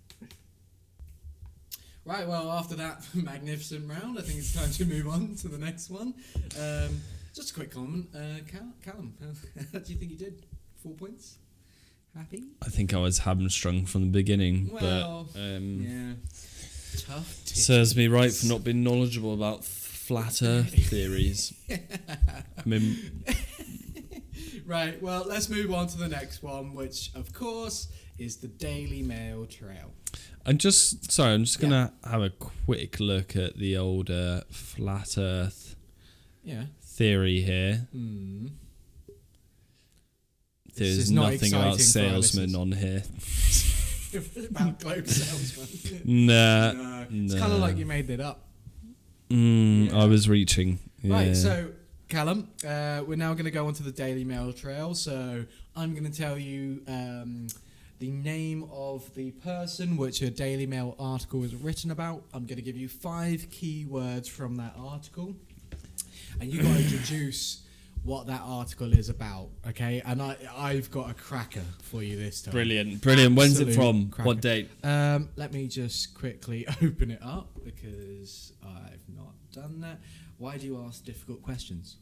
Right, well, after that (laughs) magnificent round, I think it's time to move on to the next one. Um, just a quick comment, uh, Cal- Callum. (laughs) How do you think you did? Four points. Happy?
I think I was hamstrung from the beginning,
Well,
but
Mm.
um,
Yeah. Tough.
serves me right for not being knowledgeable about
(laughs)
flat Earth theories. I mean,
Right, well, let's move on to the next one, which, of course, is the Daily Mail Trail.
I'm just sorry. I'm just gonna have a quick look at the old uh, flat Earth
Yeah.
theory here.
Hmm. This is
There's
not
nothing about
exciting for our
salesmen on here.
(laughs) About Globe (laughs) Salesman.
Nah,
No, it's kind
no.
of like you made it up.
Mm, I was reaching. Yeah.
Right, so, Callum, uh, we're now going to go on to the Daily Mail Trail. So, I'm going to tell you um, the name of the person which a Daily Mail article was written about. I'm going to give you five key words from that article. and you got to introduce what that article is about, okay? And I, I've got a cracker for you this time.
brilliant, brilliant. When's it
Absolute
from?
cracker.
What date?
Um, let me just quickly (laughs) open it up because I've not done that. Why do you ask difficult questions?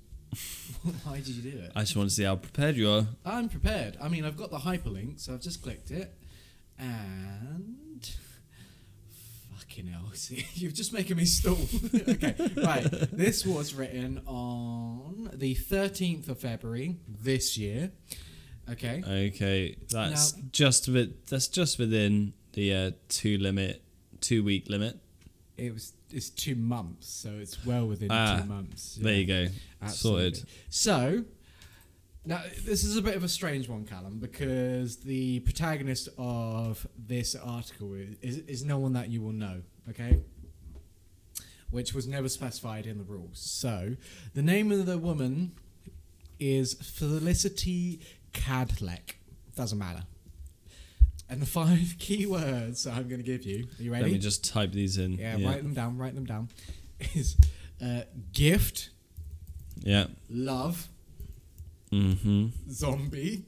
(laughs) Why did you do it?
I just want to see how prepared you are.
I'm prepared. I mean, I've got the hyperlink, so I've just clicked it. And. (laughs) Fucking hell, (laughs) see, you're just making me stall. (laughs) okay, right. This was written on the 13th of February this year. Okay.
Okay, that's just with that's just within the uh, two limit, two week limit.
It was. It's two months, so it's well within
Ah,
two months.
There
yeah.
you go,
Absolutely.
sorted.
So, now this is a bit of a strange one, Callum, because the protagonist of this article is, is, is no one that you will know, okay? Which was never specified in the rules. So, the name of the woman is Felicity Cadleck. Doesn't matter. And the five (laughs) key words I'm going to give you. Are you ready?
Let me just type these in.
yeah,
yeah.
write them down. Write them down. Is uh, gift,
yeah.
love,
Mm-hmm.
zombie,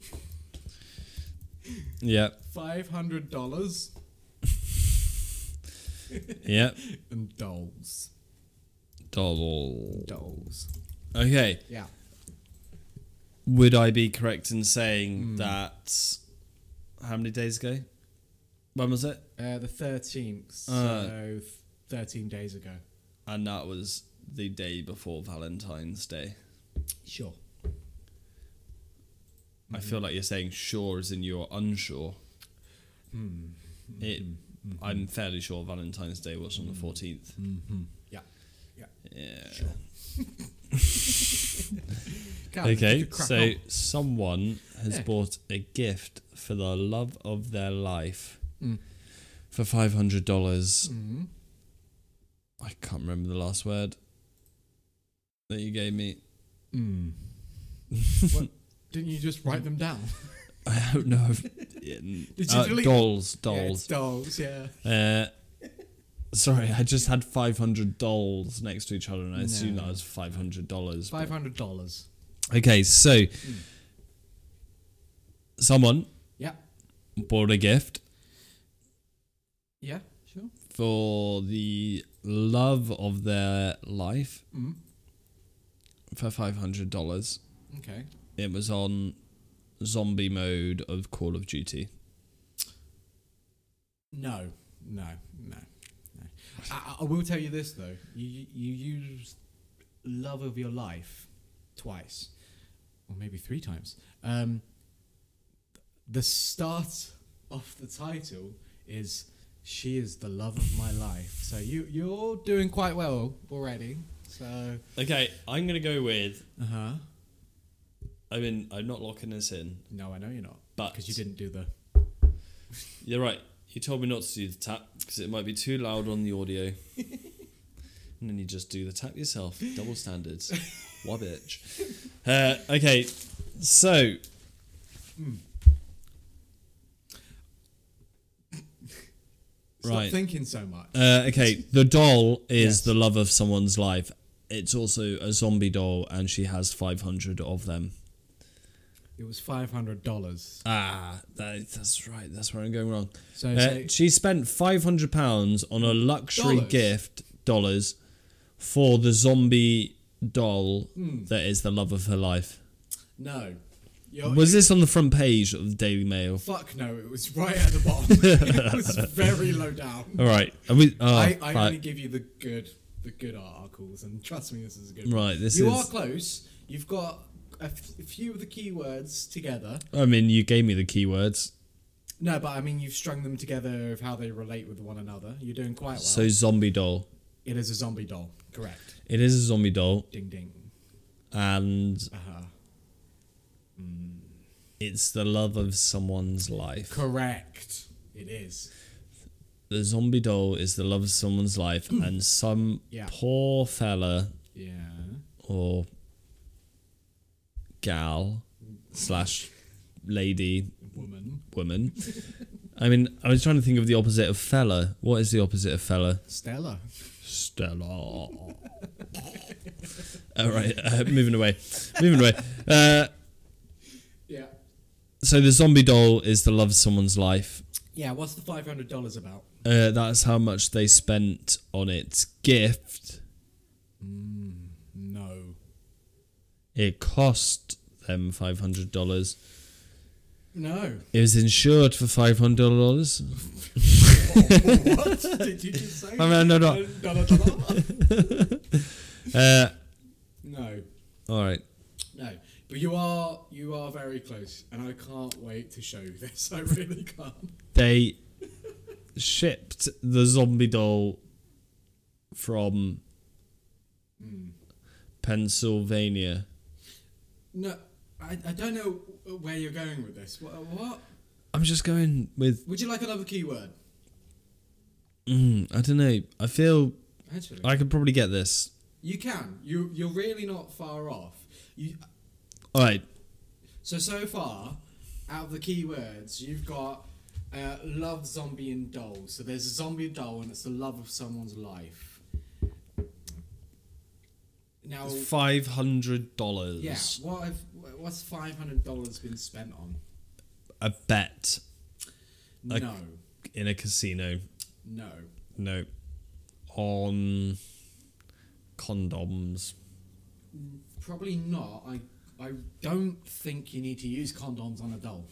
Yeah.
five hundred dollars,
Yeah.
and dolls.
Doll.
Dolls.
Okay.
Yeah.
Would I be correct in saying that? How many days ago? When was it?
Uh, the 13th.
Uh.
so 13 days ago.
And that was the day before Valentine's Day.
Sure.
I feel like you're saying sure as in you're unsure. It, I'm fairly sure Valentine's Day was on the 14th.
Yeah. Yeah.
Yeah.
Cal, you
Okay,
could crack
so (laughs)
on.
someone has
Yeah.
bought a gift for the love of their life
Mm.
for five hundred dollars.
Mm-hmm.
I can't remember the last word that you gave me. (laughs)
Didn't you just write them down?
I don't know.
(laughs)
if- Yeah, n-
Did you
uh,
delete-
dolls,
Yeah,
dolls.
it's dolls, yeah.
Uh, sorry, I just had 500 dolls next to each other and I assumed
No.
that was $500. but-
$500.
Okay, so
Mm.
someone
Yeah.
bought a gift
Yeah, sure.
for the love of their life
Mm.
for $500.
Okay.
It was on zombie mode of Call of Duty.
No, no, no, no. I- I, I will tell you this though: you you used love of your life twice, or maybe three times. Um, the start of the title is "She is the love of my life," so you you're doing quite well already. So
Okay, I'm going to go with.
uh huh.
I mean, I'm not locking this in.
No, I know you're not,
But-
because you didn't do the
You're right. You told me not to do the tap because it might be too loud on the audio. and then you just do the tap yourself. Double standards. Wabbitch. Uh, okay, so
stop
Right.
thinking so much.
uh, okay, the doll is
Yes.
the love of someone's life. It's also a zombie doll, and she has five hundred of them.
It was five hundred dollars.
Ah, that, that's right. That's where I'm going wrong.
So,
Uh,
so
she spent five hundred pounds on a luxury
Dollars.
gift dollars for the zombie doll
Hmm.
that is the love of her life.
no. You're,
Was this on the front page of the Daily Mail?
Fuck no, it was right at the bottom. (laughs) it was very low down.
All right, are we, oh,
I, I
right.
only give you the good the good articles and trust me this is a good
Right, this
You
is-
are close. You've got a f- a few of the keywords together.
I mean, you gave me the keywords.
No, but I mean you've strung them together of how they relate with one another. You're doing quite well.
So zombie doll.
it is a zombie doll, correct.
It is a zombie doll,
Ding ding.
and
Uh-huh. Mm.
it's the love of someone's life.
Correct. It is.
The zombie doll is the love of someone's
(clears throat)
life, and some
Yeah.
poor fella
Yeah.
or gal slash lady
Woman. (laughs)
woman. I mean, I was trying to think of the opposite of fella. What is the opposite of fella?
Stella. (laughs)
Stella. All right, uh, moving away, moving away. Uh,
Yeah.
so the zombie doll is the love of someone's life.
Yeah, what's the five hundred dollars about?
Uh, that's how much they spent on its gift.
No.
It cost them five hundred dollars.
No.
It was insured for five hundred dollars.
what did you just say?
I mean, no, no.
Da, da, da, da.
(laughs) Uh,
no,
all right.
no. But you are you are very close, and I can't wait to show you this. (laughs) I really can't.
they shipped the zombie doll from Pennsylvania.
No, I, I don't know where you're going with this. What, what?
I'm just going with
Would you like another keyword?
mm, I don't know. I feel
Actually,
I could probably get this.
you can. You you're really not far off. You
All right.
so so far out of the keywords you've got. Uh, love zombie and doll. So there's a zombie doll, and it's the love of someone's life. Now,
Five hundred dollars.
Oh. Yeah. What if, what's five hundred dollars been spent on?
A bet Like-
no,
in a casino.
no,
No. On condoms? (laughs)
Probably not. I I don't think you need to use condoms on a doll.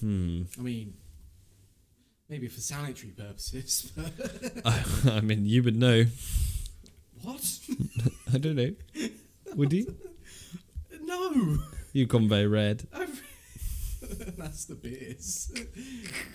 Hmm.
I mean, maybe for sanitary purposes, (laughs) but
I mean, you would know. (laughs)
what?
I don't know. Would you?
no.
You've gone very red.
I've- (laughs) That's the beers.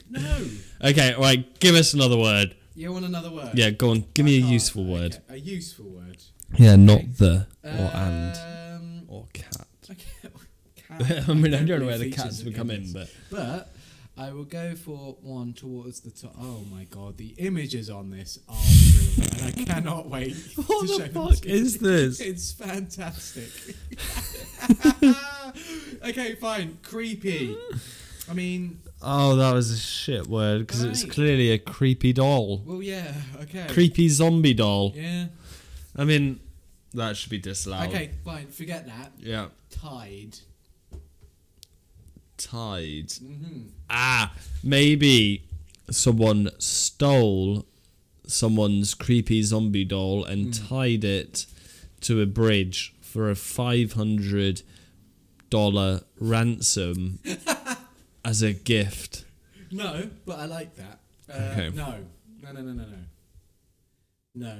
no.
Okay, all right. Give us another word.
You want another word?
Yeah, go on. Give me a
Oh,
useful
okay,
word.
A useful word.
Yeah, not the or and
Um,
or cat.
okay, (laughs) cat.
(laughs) I mean, I don't know
really
where the
features
cats
of
would come in,
goodness.
but
But I will go for one towards the top. Oh my god, the images on this are brilliant, and I cannot
(laughs)
wait to show them to you. (laughs)
this?
It's
(laughs)
fantastic. (laughs) okay, fine. Creepy. I mean,
Oh, that was a shit word because it's
Right.
clearly a creepy doll,
well, yeah. Okay.
creepy zombie doll.
Yeah.
I mean, that should be disallowed.
Okay, fine. Forget that.
Yeah.
Tide.
Tied.
hmm
Ah, maybe someone stole someone's creepy zombie doll and tied it to a bridge for a five hundred dollar ransom as a gift.
No, but I like that. Uh,
Okay.
No. No, no, no, no, no. No.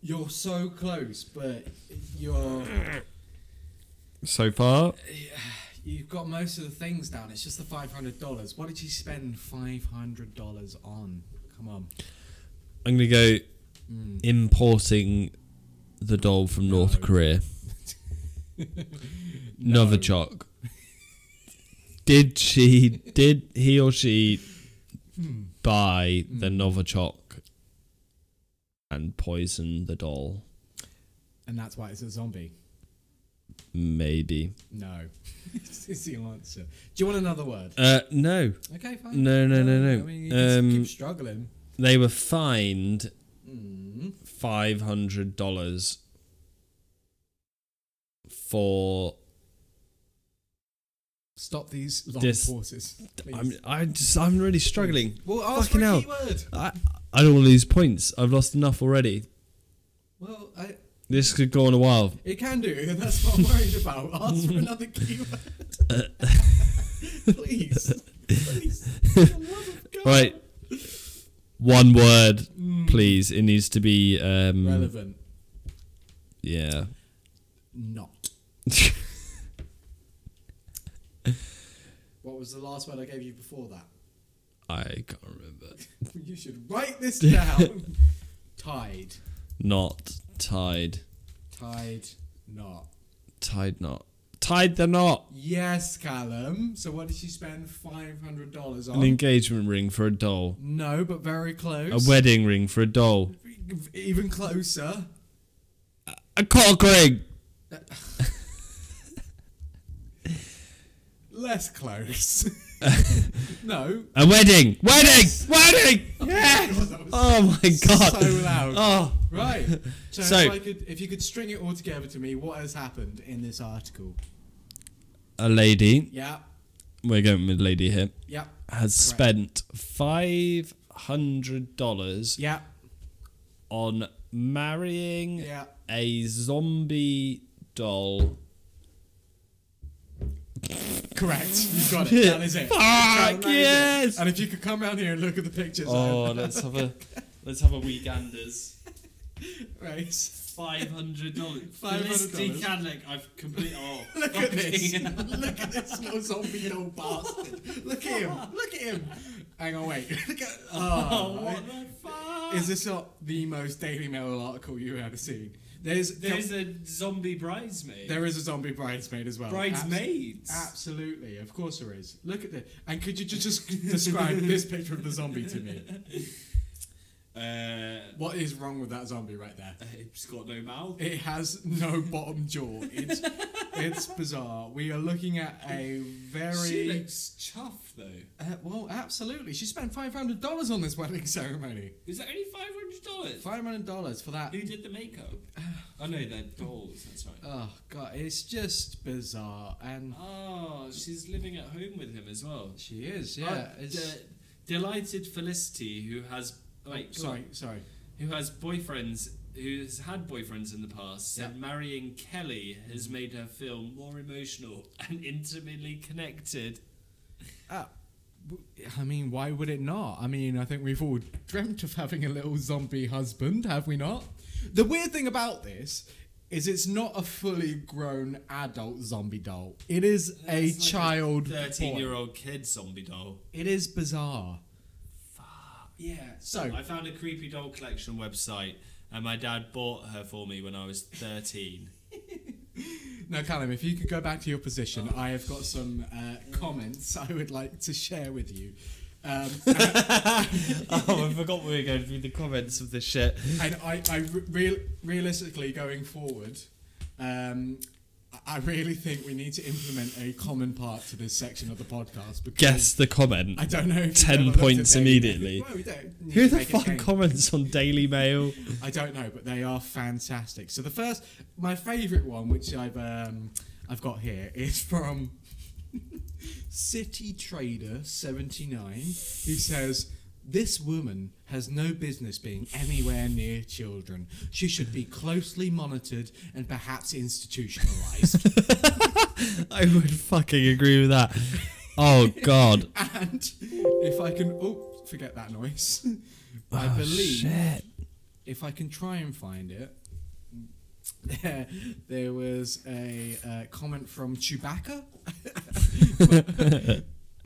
You're so close, but you're
So far,
you've got most of the things down. It's just the five hundred dollars. What did you spend five hundred dollars on? Come on.
I'm gonna go
Mm.
importing the doll from North
No. (laughs)
Korea. Novichok. did she? Did he or she
Hmm.
buy the Novichok and poison the doll?
And that's why it's a zombie.
Maybe.
No. (laughs) it's the answer. Do you want another word?
Uh, no,
Okay, fine.
no, no, no,
I mean, you
no.
just
Um,
keep struggling.
they were fined
Mm.
five hundred dollars for
Stop these long
Dis-
pauses. Please.
I'm, I just, I'm really struggling.
well, ask for
fucking
a
hell.
keyword.
I, I don't want to lose points. I've lost enough already.
Well, I,
This could go on a while.
it can do, (laughs) and that's what I'm worried about. Ask
Mm.
for another
(laughs)
keyword. Please. Please. For the love of God.
Right. One word,
Mm.
please. It needs to be. Um,
Relevant.
Yeah. (laughs)
Not. What was the last word I gave you before that? (laughs)
I can't remember.
You should write
(laughs)
this down. Tide.
Not tied.
Tide. Not.
Tied knot. Tied the knot.
Yes, Callum. So what did she spend five hundred dollars
An
on?
engagement ring for a doll.
no, but very
A
close.
wedding ring for a doll.
Even closer.
A cock ring.
Less
(laughs)
close. (laughs) no.
A wedding. Wedding. Wedding. Yes.
that was
Oh my (laughs) god.
so loud.
Oh. (laughs)
Right. So,
So-
if, I could, if you could string it all together to me, what has happened in this article?
A lady.
Yeah.
We're going with lady here.
Yeah.
has spent five hundred dollars
Yeah.
on marrying
Yeah.
a zombie doll.
Correct. You've got it. That is it.
(laughs) Fuck,
Callum, that is it.
yes!
And if you could come round here and look at the pictures.
Oh,
(laughs) Oh.
let's have a
Let's have a week Anders.
Right. (laughs)
Five hundred dollars.
$500.
Felicity Cadlick. I've complete. Oh,
(laughs) Look at
fucking (laughs)
this.
hell.
Look at this little zombie old bastard. Look at him. Look at him. Hang on, wait. (laughs) Look at.
(laughs)
Oh,
(laughs) Oh,
what the fuck?
is this not the most Daily Mail article you've ever seen? There's
There's a zombie bridesmaid.
there is a zombie bridesmaid as well.
Bridesmaids.
Abs- Absolutely, of course there is. Look at this. And could you just, (laughs) just describe this picture of the zombie to me?
Uh,
What is wrong with that zombie right there?
it's got no mouth.
It has no bottom jaw. It's it's bizarre. We are looking at a very
She looks chuffed though.
Uh, well, absolutely. She spent five hundred dollars on this wedding ceremony.
Is that only five hundred dollars?
Five hundred dollars for that.
Who did the makeup?
(sighs)
oh no, they're dolls. That's right.
Oh god, it's just bizarre, and
Oh, she's living at home with him as well.
she is. Yeah,
I'm
it's.
de- delighted Felicity, who has
Oh,
like,
sorry, sorry.
who has boyfriends who's had boyfriends in the past, said marrying Kelly
Mm.
has made her feel more emotional (laughs) and intimately connected.
Uh, I mean, why would it not? I mean, I think we've all dreamt of having a little zombie husband, have we not? The weird thing about this is it's not a fully grown adult zombie doll. It is a
It's like
child boy.
thirteen-year-old kid zombie doll.
It is bizarre.
Yeah.
So-
I found a creepy doll collection website, and my dad bought her for me when I was thirteen.
Now, Callum, if you could go back to your position,
Oh.
I have got some uh, comments I would like to share with you.
(laughs)
Um,
(laughs) oh, I forgot we were going through the comments of this shit.
and I, I re- real- realistically going forward, um, I- I really think we need to implement a common part to this section of the podcast because
Guess the comment.
I don't know. if you've
10
ever looked at
points
Daily Mail.
immediately.
Well, we don't need
Who
to
the
make it
fuck
game.
comments on Daily Mail? (laughs)
I don't know, but they are fantastic. So the first, my favourite one, which I've um, I've got here, is from (laughs) City Trader seventy nine, who says. This woman has no business being anywhere near children. She should be closely monitored and perhaps institutionalized. (laughs)
I would fucking agree with that. Oh
(laughs)
god.
and if I can, oh, forget that noise. (laughs) I believe
Oh, Shit. (laughs)
if I can try and find it, (laughs) there, there was a uh, comment from Chewbacca.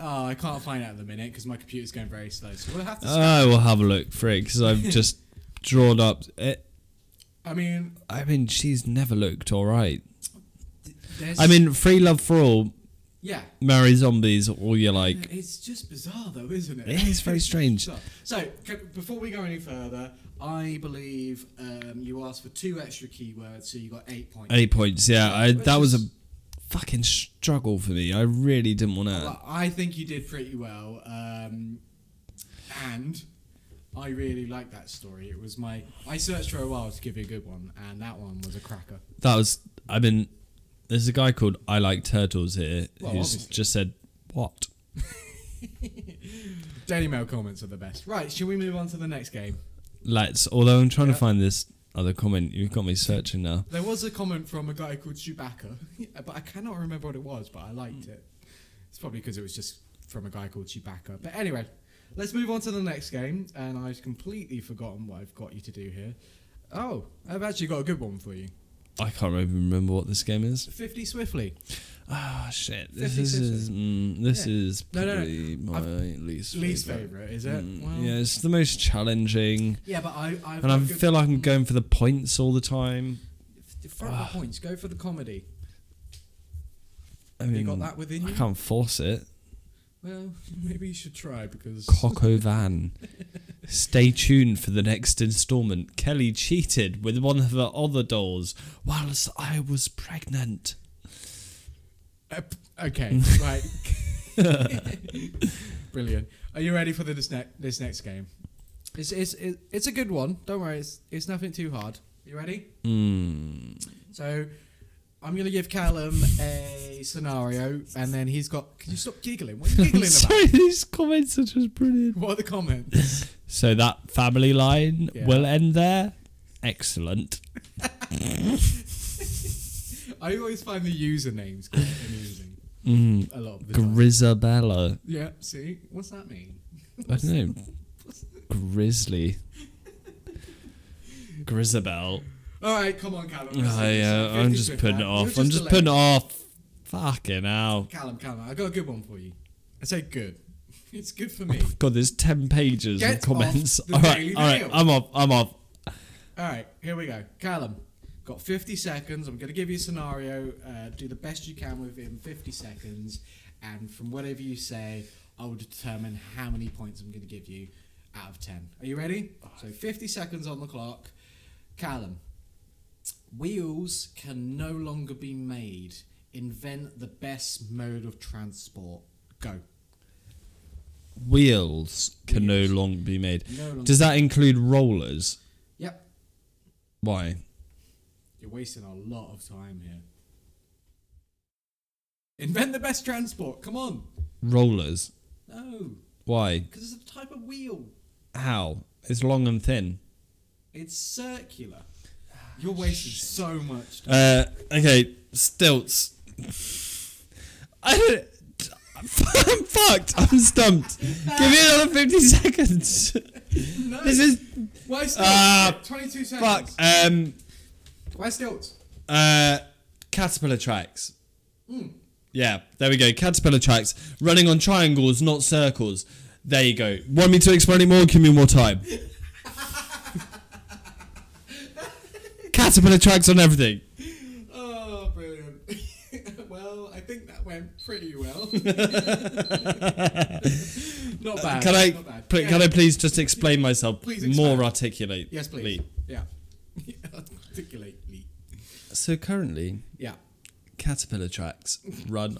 oh, I can't find it at the minute because my computer's going very slow. So we'll have to.
I will have a look for it because I've just drawn up. It,
I mean,
I mean, she's never looked all right.
there's,
I mean, free love for all,
yeah.
marry zombies all you like.
It's just bizarre, though, isn't it?
It is very strange.
So, so c- before we go any further, I believe um, you asked for two extra keywords, so you got eight points.
Eight points. Yeah, I,
Which
that was a
is-
fucking struggle for me. I really didn't want to.
Well, I think you did pretty well, um, and I really like that story. It was my I searched for a while to give you a good one, and that one was a cracker.
That was. I mean, there's a guy called I Like Turtles here
Well,
who's
obviously.
just said what.
Daily Mail comments are the best. Right, shall we move on to the next game?
Let's. Although I'm trying
Yeah.
to find this other comment. You've got me searching now.
There was a comment from a guy called Chewbacca, (laughs) but I cannot remember what it was, but I liked it. It's probably because it was just from a guy called Chewbacca. But anyway, let's move on to the next game, and I've completely forgotten what I've got you to do here. Oh, I've actually got a good one for you.
I can't even remember what this game is.
50 Swiftly.
Ah, shit. This
50
is,
Cent.
mm, this
Yeah.
is
No, no, no.
probably my
I've-
least
least
favorite.
favorite, is it?
Mm,
well,
yeah, it's the most challenging,
yeah, but I, I've
and I
I've got-
feel like I'm Ah. going for the points all the time.
front of the points. Go for the comedy.
I
Have
mean,
you got that within
I
you?
can't force it.
Well, (laughs) maybe you should try because (laughs)
Coco Van. Stay tuned for the next instalment. Kelly cheated with one of her other dolls whilst I was pregnant.
Uh, p-
(laughs)
okay, right. Brilliant. Are you ready for the, this next this next game? It's it's it- it's a good one. Don't worry. It's it's nothing too hard. You ready?
Mm.
So. I'm gonna give Callum a scenario, and then he's got. Can you stop giggling? What are you
(laughs)
giggling about?
Sorry, these comments are just brilliant.
What are the comments?
So that family line
Yeah.
will end there. Excellent.
I always find the usernames quite amusing.
Mm.
A lot of the time.
Grisabella.
Yeah, see? What's that mean?
I don't know. Grizzly. Grisabel.
All right, come on, Callum. let's
Oh,
do this.
yeah, I'm
50
just
quid,
putting it
man.
off.
You're
I'm
a
just
lame-
putting it off. Fucking hell.
Callum, Callum, I got a good one for you. I say good. (laughs) It's good for me.
God, there's 10 pages
Get
of comments.
off the
All right,
Daily
all right,
Mail.
I'm off. I'm off.
All right, here we go. Callum, got 50 seconds. I'm going to give you a scenario. Uh, do the best you can within 50 seconds. And from whatever you say, I will determine how many points I'm going to give you out of 10. Are you ready? So 50 seconds on the clock. Callum, wheels can no longer be made. Invent the best mode of transport. Go.
Wheels can
Wheels.
no longer be made.
No longer.
Does that include rollers?
Yep.
Why?
You're wasting a lot of time here. Invent the best transport. Come on.
Rollers.
No,
Why?
because it's a type of wheel.
How? It's long and thin.
It's circular. You're wasting so much. Time.
Uh, okay, stilts. (laughs) I don't. I'm (laughs) fucked. I'm stumped. Give me another 50 seconds. (laughs)
No.
This is.
Why stilts?
Ah,
22 seconds.
Fuck. Um,
Why stilts?
uh, caterpillar tracks. Yeah, there we go. Caterpillar tracks running on triangles, not circles. There you go. Want me to explain it more? Give me more time.
(laughs)
Caterpillar tracks on everything.
Oh, brilliant. (laughs) well, I think that went pretty
(laughs)
well. not bad.
Can I,
Not Ah, bad.
pl-
Yeah.
can I please just explain myself
Please
more
expand.
articulate?
Yes, please. Yeah. (laughs) Articulately.
So currently,
Yeah.
caterpillar tracks run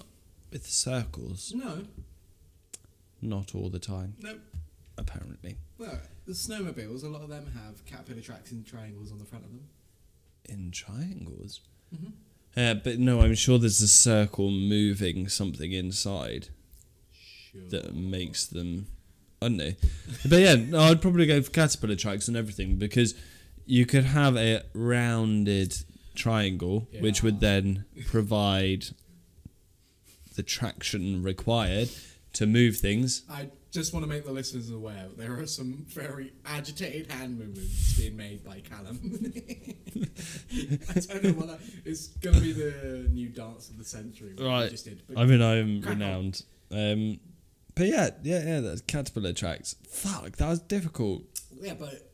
with circles,
No.
not all the time,
No.
apparently.
Well, the snowmobiles, a lot of them have caterpillar tracks and triangles on the front of them.
in triangles. Uh, but no, I'm sure there's a circle moving something inside
Sure.
that makes them. I don't know. But yeah, no, I'd probably go for caterpillar tracks and everything because you could have a rounded triangle, which would then provide the traction required to move things.
I just want to make the listeners aware there are some very agitated hand movements being made by Callum. (laughs) I don't know what that, it's going to be the new dance of the century. what we
Right.
Just did, but
I mean, I'm
Crack on.
renowned. Um, but yeah, yeah, yeah, that's caterpillar tracks. Fuck, that was difficult.
Yeah, but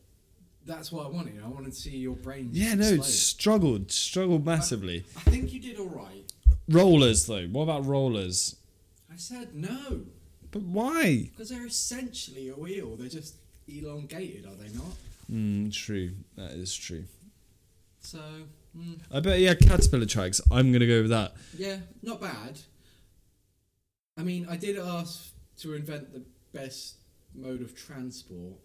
that's what I wanted. I wanted to see your brain.
Yeah, no,
explode.
it's struggled, struggled massively.
I think you did all right.
Rollers, though. What about rollers?
I said no
But why?
because they're essentially a wheel. They're just elongated, are they not?
Mm, true. That is true.
So mm,
I bet, yeah, caterpillar tracks. I'm going to go with that.
yeah, not bad. I mean, I did ask to invent the best mode of transport,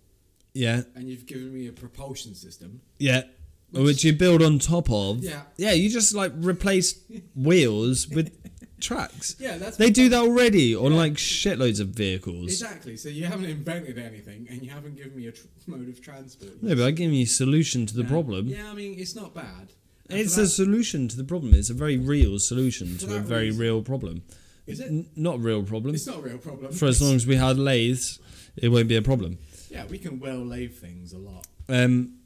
Yeah,
and you've given me a propulsion system.
yeah. Which,
Which-
you build on top of.
Yeah.
Yeah, you just, like,
(laughs)
replace wheels with tracks.
Yeah, that's
They do that already on, like, shitloads of vehicles.
Exactly. So you haven't invented anything, and you haven't given me a tr- mode of transport.
No, but I'm giving you a solution to the
Yeah.
problem.
Yeah, I mean, it's not bad. And
It's
for
a
that-
solution to the problem. It's a very real solution
For
to a
that
very
reason.
real problem.
Is it?
N- not real problem.
It's not a real problem.
for as long as we had lathes, it won't be a problem.
(laughs) Yeah, we can well lave things a lot.
Um,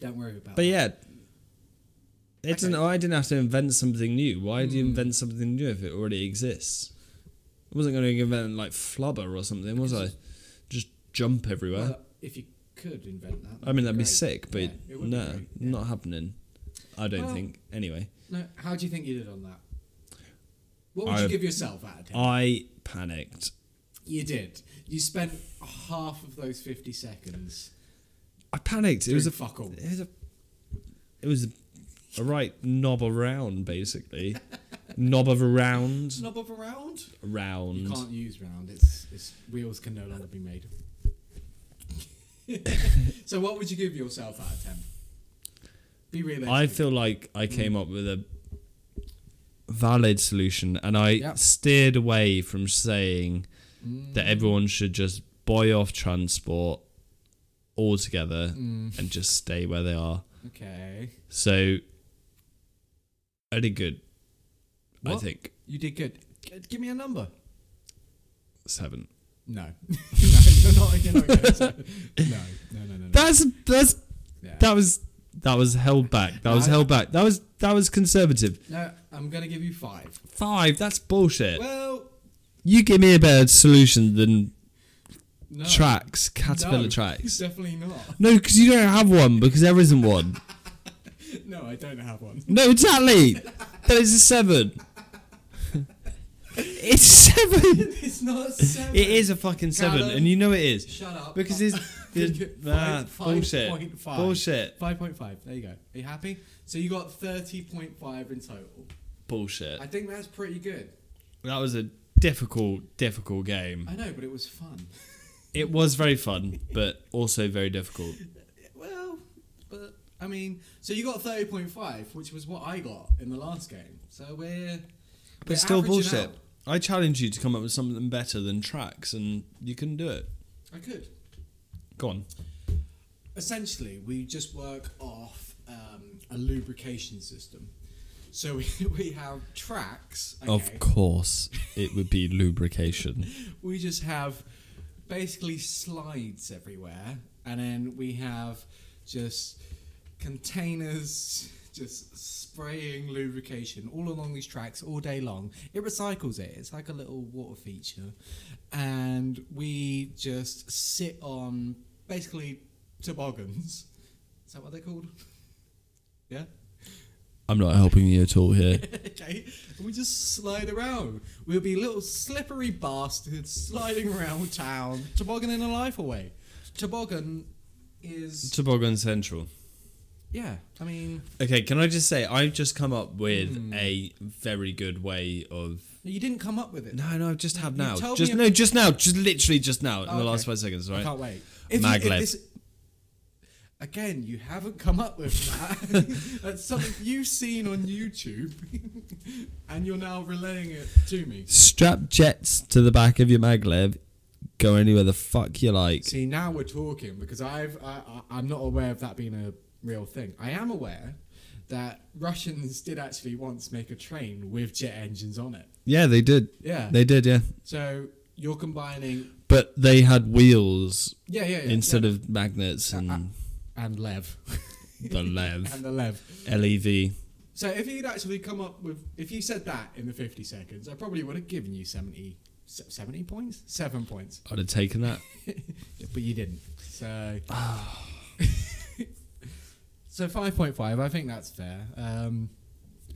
Don't worry about
but
that.
yeah, it didn't, I didn't have to invent something new. Why
Hmm.
do you invent something new if it already exists? I wasn't going to invent like flubber or something, was I? Just jump everywhere.
Well, if you could invent that.
I mean, that'd be
great.
sick, but
Yeah, it would be
no,
great, yeah.
not happening. I don't
Well-
think. Anyway,
No, how do you think you did on that? What would
I-
you give yourself out of 10?
I panicked.
you did. You spent half of those 50 seconds.
I panicked. It
Doing
was a
fuck all.
It was a. It was a, a right knob
(laughs)
around, basically. knob of around,
Knob of a round?
round.
You can't use round. It's, it's Wheels can no longer be made.
(laughs)
so, what would you give yourself out of 10? Be realistic.
I feel like
Hmm.
I came up with a valid solution and I
Yep.
steered away from saying
Hmm.
that everyone should just buy off transport altogether
Hmm.
and just stay where they are.
Okay.
So I did good. I
What?
think
You did good. G- Give me a number.
seven.
No. (laughs) no, you're not. You're not
(laughs)
gonna say- no, no, no, no. no.
That's that's
Yeah.
that was that was held back. That was
No, I-
held back. That was that was conservative.
no, I'm going to give you five.
Five, that's bullshit.
Well,
you give me a better solution than
no.
tracks, caterpillar
Oh. No,
tracks.
Definitely not. (laughs)
No, because you don't have one, because there isn't one.
No, I don't have one. (laughs)
No, exactly. There is a seven. (laughs) it's seven.
It's not a seven.
It is a fucking seven,
Callum,
and you know it is.
Shut up. (laughs)
Because it's. it's (laughs) ah,
Five- five
bullshit.
point five.
Bullshit.
5.5. There you go. Are you happy? So you got 30.5 in total.
Bullshit.
I think that's pretty good.
That was a difficult, difficult game.
I know, but it was
(laughs)
fun.
It was very fun, but also very difficult.
Well, but I mean, so you got 30.5, which was what I got in the last game. So we're.
But
we're
it's still
averaging
bullshit.
out.
I challenge you to come up with something better than tracks, and you couldn't do it.
I could.
Go on.
essentially we just work off um, a lubrication system. So (laughs) we, we have tracks. Okay?
Of course, it would be lubrication. (laughs)
we just have basically slides everywhere, and then we have just containers just spraying lubrication all along these tracks all day long. It recycles it, it's like a little water feature, and we just sit on basically toboggans. Is that what they're called? yeah
I'm not helping you at all here.
(laughs) okay? And we just slide around. We'll be little slippery bastards
(laughs)
sliding around town, tobogganing a life away. Toboggan is.
Toboggan Central.
Yeah, I mean.
Okay, can I just say I've just come up with a very good way of
You didn't come up with it. (laughs)
no, no, just have
You
now,
told
just
me-
no, just now, just literally just now in
Oh,
the
okay.
last five seconds,
I
right?
can't wait.
Maglev.
again, you haven't come up with that.
(laughs)
That's something you've seen on YouTube, (laughs) and you're now relaying it to me.
Strap jets to the back of your maglev, go anywhere the fuck you like.
See, now we're talking because I've I, I, I'm not aware of that being a real thing. I am aware that Russians did actually once make a train with jet engines on it.
Yeah, they did.
Yeah.
They did, yeah.
So you're combining,
But they had wheels
yeah, yeah, yeah
instead of magnets and
yeah. and lev
the lev.
(laughs)
E
and the lev.
LEV.
So if you'd actually come up with, if you said that in the 50 seconds, I probably would have given you 70, se- 70 points, seven points,
I'd have taken that.
(laughs) but you didn't. So. (sighs) So five point five, I think that's fair. Um,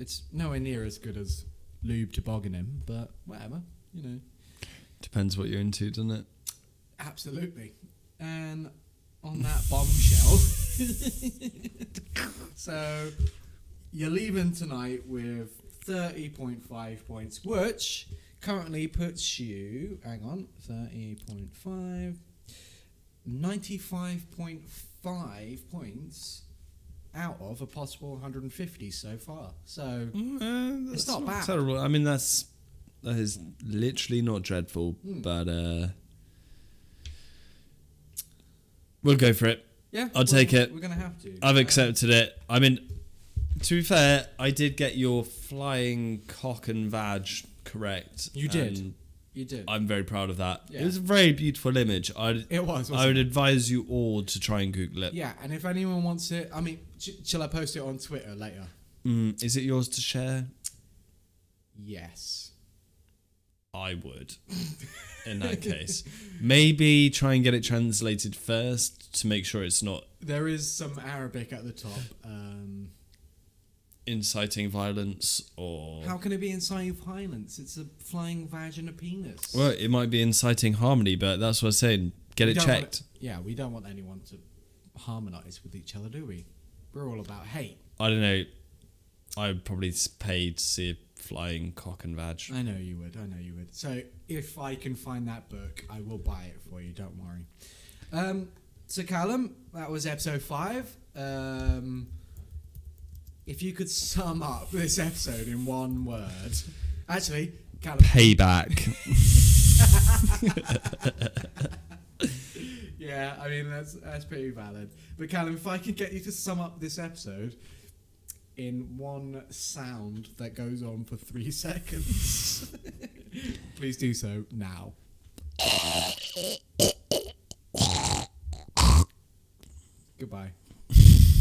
it's nowhere near as good as lube tobogganing, but whatever, you know.
Depends what you're into, doesn't it?
Absolutely. And on that (laughs) bombshell, so you're leaving tonight with thirty point five points, which currently puts you. Hang on, thirty point five. 95.5 points out of a possible 150 so far. So not
it's Mm, uh, not,
bad.
terrible. I mean, that's that is literally not dreadful,
Hmm.
but uh, we'll go for it.
yeah,
I'll
we're-
take it.
We're gonna have to.
I've
Uh,
accepted it. I mean, to be fair, I did get your flying cock and vag correct.
You did.
and
You did.
I'm very proud of that.
Yeah.
It was a very beautiful image. I
it was.
I
Wasn't
would
it?
advise you all to try and Google it.
Yeah, and if anyone wants it, I mean, sh- shall I post it on Twitter later?
Mm, is it yours to share?
Yes.
I
(laughs)
would. In that case, maybe try and get it translated first to make sure it's not
There is some Arabic at the top. Um,
inciting violence or.
how can it be inciting violence? It's a flying vagina penis.
well, it might be inciting harmony, but that's what I'm saying. Get
We
it
don't want
checked.
yeah, we don't want anyone to harmonize with each other, do we? We're all about hate.
I don't know. I would probably s- pay to see a flying cock and vag.
I know you would. I know you would. So if I can find that book, I will buy it for you. Don't worry. Um, so Callum, that was episode five. Um, if you could sum up this episode in one word, actually, Callum,
Payback.
(laughs) yeah, I mean that's that's pretty valid. But Callum, if I could get you to sum up this episode in one sound that goes on for three (laughs) seconds, (laughs) please do so now. Goodbye.